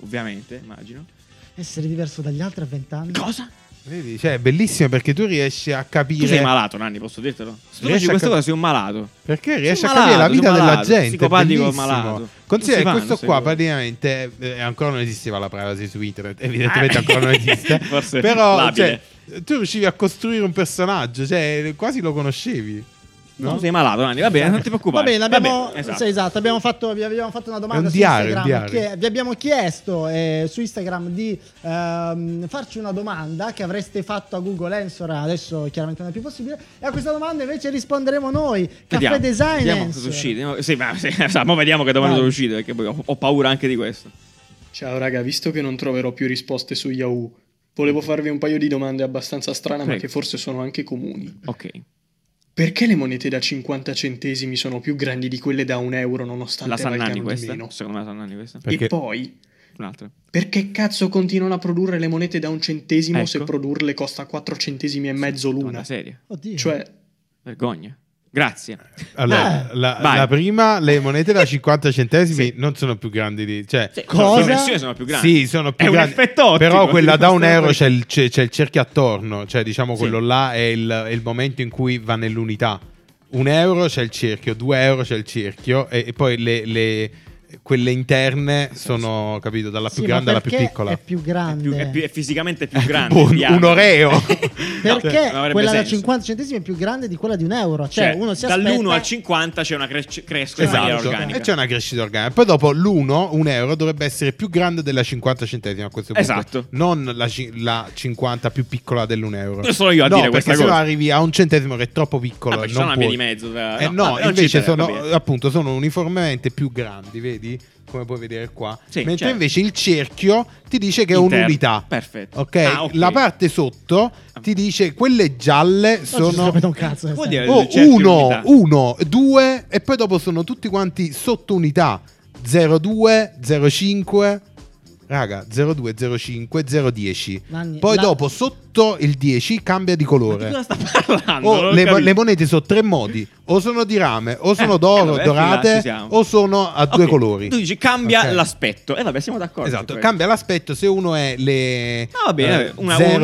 A: Ovviamente, immagino.
B: Essere diverso dagli altri a vent'anni.
A: Cosa?
C: Vedi? Cioè, è bellissimo perché tu riesci a
A: Tu
C: capire.
A: sei malato, Nanni, posso dirtelo? Se tu dici
C: Riesci a
A: questa
C: cap-
A: cosa, sei un malato.
C: Perché riesce a
A: Sono
C: capire la
A: malato,
C: vita
A: sono
C: della
A: malato,
C: gente. è
A: psicopatico
C: bellissimo.
A: malato.
C: Considera
A: Non si
C: che
A: fanno
C: questo
A: ste
C: qua
A: cose.
C: praticamente eh, ancora non esisteva la privacy su internet, evidentemente ancora non esiste.
A: Ah. Forse
C: Però
A: labile.
C: cioè, tu riuscivi a costruire un personaggio, cioè quasi lo conoscevi. No?
A: Tu sei malato, Nanni. Va bene, non ti
B: Va
A: preoccupare.
B: bene, abbiamo,
A: bene, esatto.
B: sì, esatto, abbiamo fatto, vi abbiamo fatto una domanda
C: È un
B: su
C: diario,
B: Instagram.
C: un diario.
B: che- vi abbiamo chiesto eh, su Instagram di ehm, farci una domanda che avreste fatto a Google Answer, adesso chiaramente non è più possibile. E a questa domanda invece risponderemo noi,
A: Vediamo,
B: Caffè Design.
A: Vediamo
B: Answer.
A: cosa uscite. no? Sì, ma sì, sa, mo vediamo che domande
B: Vai.
A: sono uscite. Perché poi ho, ho paura anche di questo.
G: Ciao raga, visto che non troverò più risposte su Yahoo, volevo farvi un paio di domande abbastanza strane ma
A: Prego.
G: che forse sono anche comuni.
A: Ok.
G: Perché le monete da 50 centesimi sono più grandi di quelle da un euro nonostante
A: La Sannani
G: valgano di
A: questa?
G: meno?
A: Secondo me la Sannani questa.
C: Perché-
G: E poi,
A: Un'altra.
G: perché cazzo continuano a produrre le monete da un centesimo se
A: Ecco.
G: produrle costa 4 centesimi e mezzo
A: Domanda
G: l'una?
A: seria.
B: Oddio.
G: Cioè,
A: Vergogna. Grazie.
C: Allora,
B: Eh,
C: la,
A: vai.
C: la prima, le monete da 50 centesimi non sono più grandi di... Cioè,
A: Sì,
B: Cosa?
A: Le pressioni sono più grandi.
C: Sì, sono più
A: È un
C: grandi.
A: effetto ottico.
C: Però quella da un
A: Sì,
C: euro
A: sì.
C: c'è il, c'è- c'è il cerchio attorno, cioè diciamo
A: Sì.
C: quello là è il, è il momento in cui va nell'unità. Un euro c'è il cerchio, due euro c'è il cerchio e, e poi le, le- quelle interne sono, capito, dalla
B: Sì,
C: più
B: ma
C: grande alla più
B: perché
C: piccola.
B: È più
A: È,
B: grande.
A: più- è più- è fisicamente più grande.
C: Boh,
A: il diametro.
C: un oreo.
B: Perché
A: Non avrebbe
B: quella da
A: senso.
B: 50 centesimi è più grande di quella di un euro. Cioè,
A: Cioè,
B: uno si aspetta...
A: dall'1 al 50 c'è una cres- crescita in maniera
C: Esatto,
A: organica.
C: e c'è una crescita organica. Poi dopo l'1, un euro, dovrebbe essere più grande della 50 centesima a questo punto.
A: Esatto.
C: Non la, ci- la 50 più piccola dell'1 euro.
A: Non sono io a
C: no,
A: dire
C: perché
A: questa
C: se
A: cosa.
C: no arrivi a un centesimo che è troppo piccolo.
A: Ah, perché ci
C: non
A: sono una
C: puoi.
A: via di mezzo tra-
C: Eh,
A: no,
C: no,
A: vabbè, non
C: invece
A: c'entra,
C: sono,
A: va bene.
C: appunto, sono uniformemente più grandi, vedi? Come puoi vedere qua.
A: Sì,
C: Mentre
A: certo.
C: invece il cerchio ti dice che è
A: Interno.
C: un'unità.
A: Perfetto.
C: Ok,
A: Ah, ok.
C: la parte sotto ti dice quelle gialle
B: Non ci
C: sono
B: capito un cazzo.
A: Vuol
B: questa.
A: dire-
C: Oh,
A: Eh, Cerchi
C: uno,
A: unità.
C: uno, due e poi dopo sono tutti quanti sotto unità 02, 05, raga 02, 05, 010.
B: Nanni,
C: Poi
B: la-
C: dopo sotto il 10 cambia di
A: Di
C: colore.
A: cosa sta parlando?
C: Oh,
A: Non ho
C: le, mo-
A: capito.
C: le monete sono tre modi, o sono di rame, o sono
A: Eh, eh,
C: d'oro,
A: vabbè, fin là ci
C: dorate,
A: siamo.
C: o sono a due
A: Ok,
C: colori.
A: Tu dici cambia
C: Ok.
A: l'aspetto. E vabbè, siamo d'accordo. su
C: Esatto,
A: questo.
C: cambia l'aspetto se uno è le
A: No, va bene,
C: eh,
A: una
C: 00,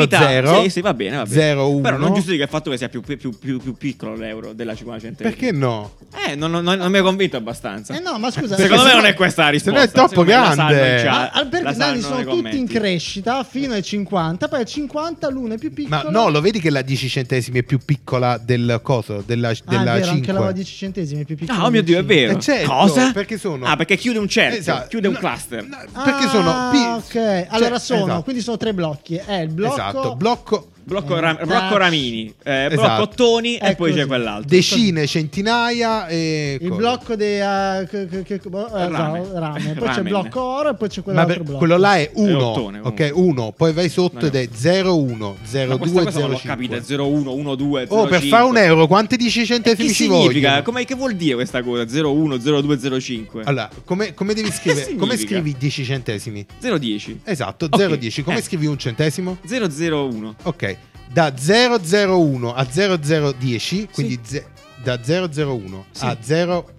A: unità. sì, sì, va bene, va bene.
C: 01.
A: Però non giustifica il fatto che sia più, più, più- più piccolo l'euro della 50 centesimi.
C: Perché no?
A: Eh, non, non- non mi ha convinto abbastanza.
B: Eh no, ma scusa.
A: Secondo
B: se-
A: me
C: se
A: non
C: no-
A: è questa la
C: se
A: risposta.
C: no è troppo
A: Secondo me la sanno in
C: grande.
A: chat,
B: Ah,
A: la
B: Alberto
A: sanno
B: Dani sono
A: nei
B: tutti in
A: commenti.
B: crescita fino ai 50, poi ai 50 l'uno è più
C: Ma
B: piccolo.
C: no, lo vedi che la 10 centesimi è più piccola del coso, della,
B: Ah, è
C: della
B: vero,
C: 5.
B: anche la 10 centesimi è più piccola.
A: Ah, oh mio Dio, è vero.
C: Eh, certo,
A: Cosa?
C: perché sono-
A: Ah, perché chiude un cerchio,
C: Esatto.
A: chiude un
C: No,
A: cluster.
C: no,
B: Ah,
C: perché sono
B: ok, allora
C: cioè,
B: sono,
C: esatto.
B: quindi sono tre blocchi. È il blocco
C: Esatto, blocco
A: Blocco,
B: Eh,
A: Ram-
B: dai.
A: Blocco Ramini, eh,
C: Esatto.
A: blocco Ottoni e
B: Ecco
A: poi c'è
B: così.
A: quell'altro.
C: decine, centinaia e
B: il
C: cosa.
B: blocco dei eh, che- che- che- boh, eh,
A: Rame.
B: no, rame. Poi c'è il
A: Ramen.
B: blocco oro e poi c'è
C: Ma
B: quell'altro
C: per-
B: blocco.
C: quello là è
A: È
C: 1,
A: ottone,
C: ok,
A: comunque.
C: 1, poi vai sotto ed
A: Dai.
C: è 01,
A: Ma questa
C: 02,
A: cosa non l'ho capita,
C: 05.
A: 0-1, 1-2, 0-5.
C: Oh, per fare un euro, quanti 10
A: E
C: centesimi
A: che
C: ci
A: significa?
C: vogliono?
A: Come, che vuol dire questa cosa? 0-1, 0-2, 0-5?
C: Allora, come, come devi scrivere? come
A: significa?
C: scrivi 10 centesimi?
A: 0-10.
C: Esatto,
A: Ok,
C: 010. Come
A: eh.
C: scrivi un centesimo?
A: 0-0-1.
C: Ok. da 0001 a 0010, quindi ze- da 001
A: Sì.
C: a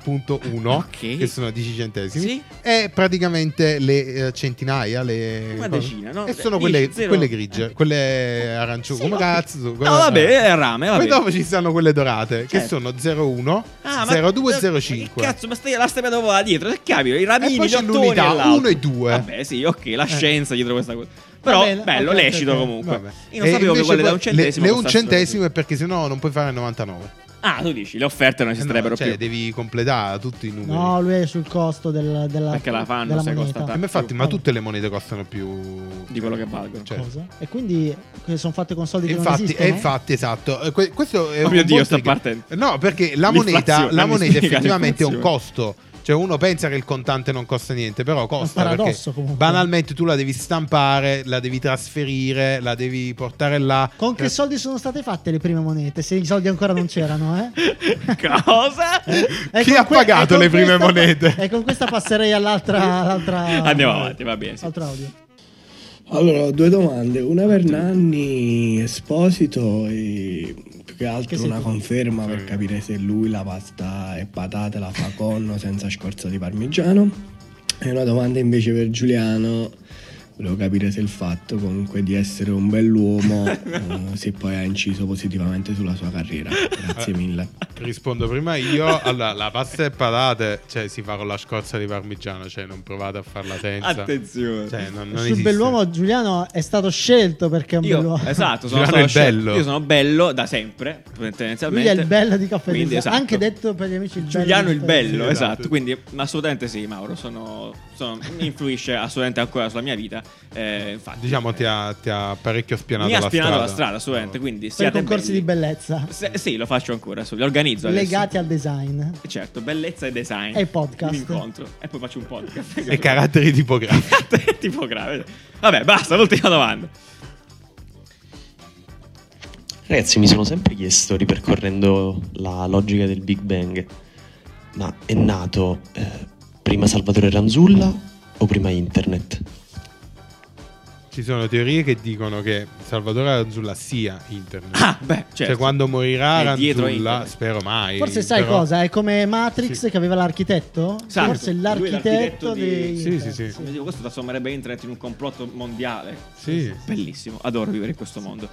C: 0.1,
A: Ok.
C: che sono 10 centesimi,
A: Sì.
C: è praticamente le eh, centinaia, le...
A: Una decina, no?
C: E sono
A: Dieci,
C: quelle,
A: zero.
C: quelle grigie,
A: Eh.
C: quelle arancione,
A: Sì,
C: come
A: ok.
C: cazzo? No,
A: vabbè, è rame, vabbè.
C: Poi dopo ci stanno quelle dorate, che
A: Certo.
C: sono 01,
A: Ah, ma-
C: 02
A: ma-
C: e
A: Che
C: 05.
A: cazzo, ma stai, la stai vedendo là dietro? Che capito? I ramini,
C: E poi c'è
A: gli ottoni
C: l'unità,
A: l'altro.
C: 1 e Eh. 2.
A: Vabbè, sì, ok, la scienza dietro questa cosa. Però,
B: bene,
A: Oh, bello,
B: ok, ok,
A: l'escito
B: ok.
A: comunque.
C: Vabbè.
A: Io non
C: E
A: sapevo che
C: invece
A: quelle da
C: que-
A: un centesimo.
C: Le, le un
A: costassero così.
C: centesimo è perché sennò non puoi fare 99.
A: Ah, tu dici, le offerte non
C: Eh no,
A: esisterebbero
C: cioè,
A: più.
C: devi completare tutti i numeri.
B: No, lui è sul costo del, della
A: Perché la fanno,
B: della
A: se costa
B: moneta.
A: tanto.
C: E ma infatti, ma
B: Vabbè.
C: tutte le monete costano più
A: Di quello che valgono.
C: Cioè,
B: Cosa? E quindi che sono fatte con soldi che
C: e
B: non
C: infatti, e
B: esistono?
C: infatti, esatto. Eh, que- Questo è
A: Oh
C: un
A: mio Dio,
C: buon
A: sta
C: trigger.
A: partendo.
C: No, perché la
A: L'inflazione,
C: moneta, la
A: mi
C: moneta
A: spiega
C: effettivamente è un
A: l'inflazione.
C: costo. Cioè, uno pensa che il contante non costa niente, però costa.
B: paradosso,
C: perché
B: comunque.
C: banalmente tu la devi stampare, la devi trasferire, la devi portare là.
B: Con che soldi sono state fatte le prime monete? Se i soldi ancora non c'erano, eh?
A: Cosa?
B: E
C: Chi
B: con
C: ha pagato
B: e con
C: le prime
B: questa-
C: monete?
B: E con questa passerei all'altra. all'altra
A: Andiamo avanti, va bene, sì.
B: Altro audio.
H: Allora, due domande. Una per Nanni Esposito e più che altro
B: Che sei
H: una
B: tu?
H: conferma per capire se lui la pasta e patate la fa con o senza scorza di parmigiano. E una domanda invece per Giuliano. Volevo capire se il fatto comunque di essere un bell'uomo eh, se poi ha inciso positivamente sulla sua carriera. Grazie mille.
C: Rispondo prima io. Allora, la pasta e patate, cioè, si fa con la scorza di parmigiano, cioè, non provate a farla senza.
A: Attenzione.
C: Cioè, non, non
B: Sul
C: esiste.
B: bell'uomo Giuliano è stato scelto perché è un
A: Io,
B: bell'uomo.
A: esatto, sono stato
C: Giuliano è
A: scelto.
C: bello.
A: Io sono bello da sempre,
B: Lui
A: tendenzialmente.
B: è il bello di Caffè
A: Quindi,
B: Delizia,
A: esatto.
B: Anche detto per gli amici il bello
A: Giuliano
B: di
A: il
B: Caffè Delizia.
A: bello,
C: Sì, esatto.
A: esatto. Quindi assolutamente sì, Mauro, sono, sono- mi influisce assolutamente ancora sulla mia vita. Eh, infatti,
C: Diciamo ti ha, ti ha parecchio spianato
A: mi ha
C: la
A: spianato
C: strada.
A: la strada, assolutamente. Quindi
B: Per i
A: siate
B: concorsi
A: belli.
B: di bellezza
A: Se- sì, lo faccio ancora, so- li organizzo adesso.
B: legati al design.
A: Certo, bellezza e design.
B: E podcast.
A: Un incontro. E poi faccio un podcast.
C: E caratteri tipografici.
A: tipo grave. Vabbè, basta, l'ultima domanda.
I: Ragazzi, mi sono sempre chiesto, ripercorrendo la logica del Big Bang, ma è nato eh, prima Salvatore Ranzulla o prima Internet?
C: Ci sono teorie che dicono che Salvatore Ranzulla sia internet.
A: Ah, beh, certo.
C: Cioè, quando morirà
A: È dietro
C: Ranzulla,
A: internet.
C: spero mai.
B: Forse sai
C: però-
B: cosa? È come Matrix
C: Sì.
B: che aveva l'architetto?
A: Esatto.
B: Forse
A: Lui è l'architetto
B: l'architetto
A: di-
B: dei.
C: Sì, sì, sì.
A: Come dico, questo trasformerebbe internet in un complotto mondiale.
C: Sì.
A: Bellissimo, adoro vivere in questo mondo.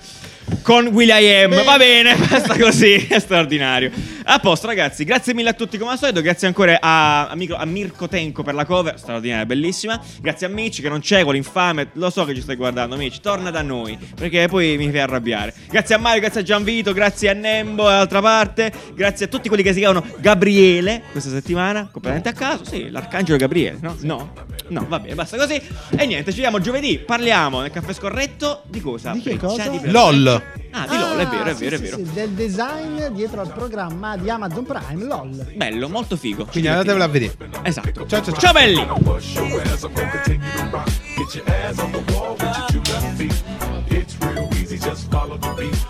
A: Con William,
B: Bene.
A: va bene, basta così, è straordinario. A posto ragazzi, grazie mille a tutti come al solito, grazie ancora a, a Mico- a Mirko Tenco per la cover, straordinaria, bellissima. Grazie a Mitch che non c'è, con l'infame, lo so che ci stai guardando Mitch, torna da noi, perché poi mi fai arrabbiare. Grazie a Mario, grazie a Gianvito, grazie a Nembo dall'altra parte, grazie a tutti quelli che si chiamano Gabriele questa settimana, completamente a caso, sì, l'arcangelo Gabriele, no? No, no, va bene, basta così. E niente, ci vediamo giovedì, parliamo nel caffè scorretto di cosa?
B: Di che cosa?
A: Brecciati per-
C: LOL.
A: Ah, di LOL, è vero, è
B: sì,
A: vero, è
B: sì,
A: vero.
B: sì, del design dietro al programma di Amazon Prime, LOL.
A: Bello, molto figo. Ci
C: Quindi andatevela a vedere.
A: divertiamo. Esatto.
C: Ciao, ciao, ciao.
A: Ciao belli!
D: Bust your ass, I'm gonna continue to rock. Get your ass on the wall with your two left feet. It's real easy, just follow the beat.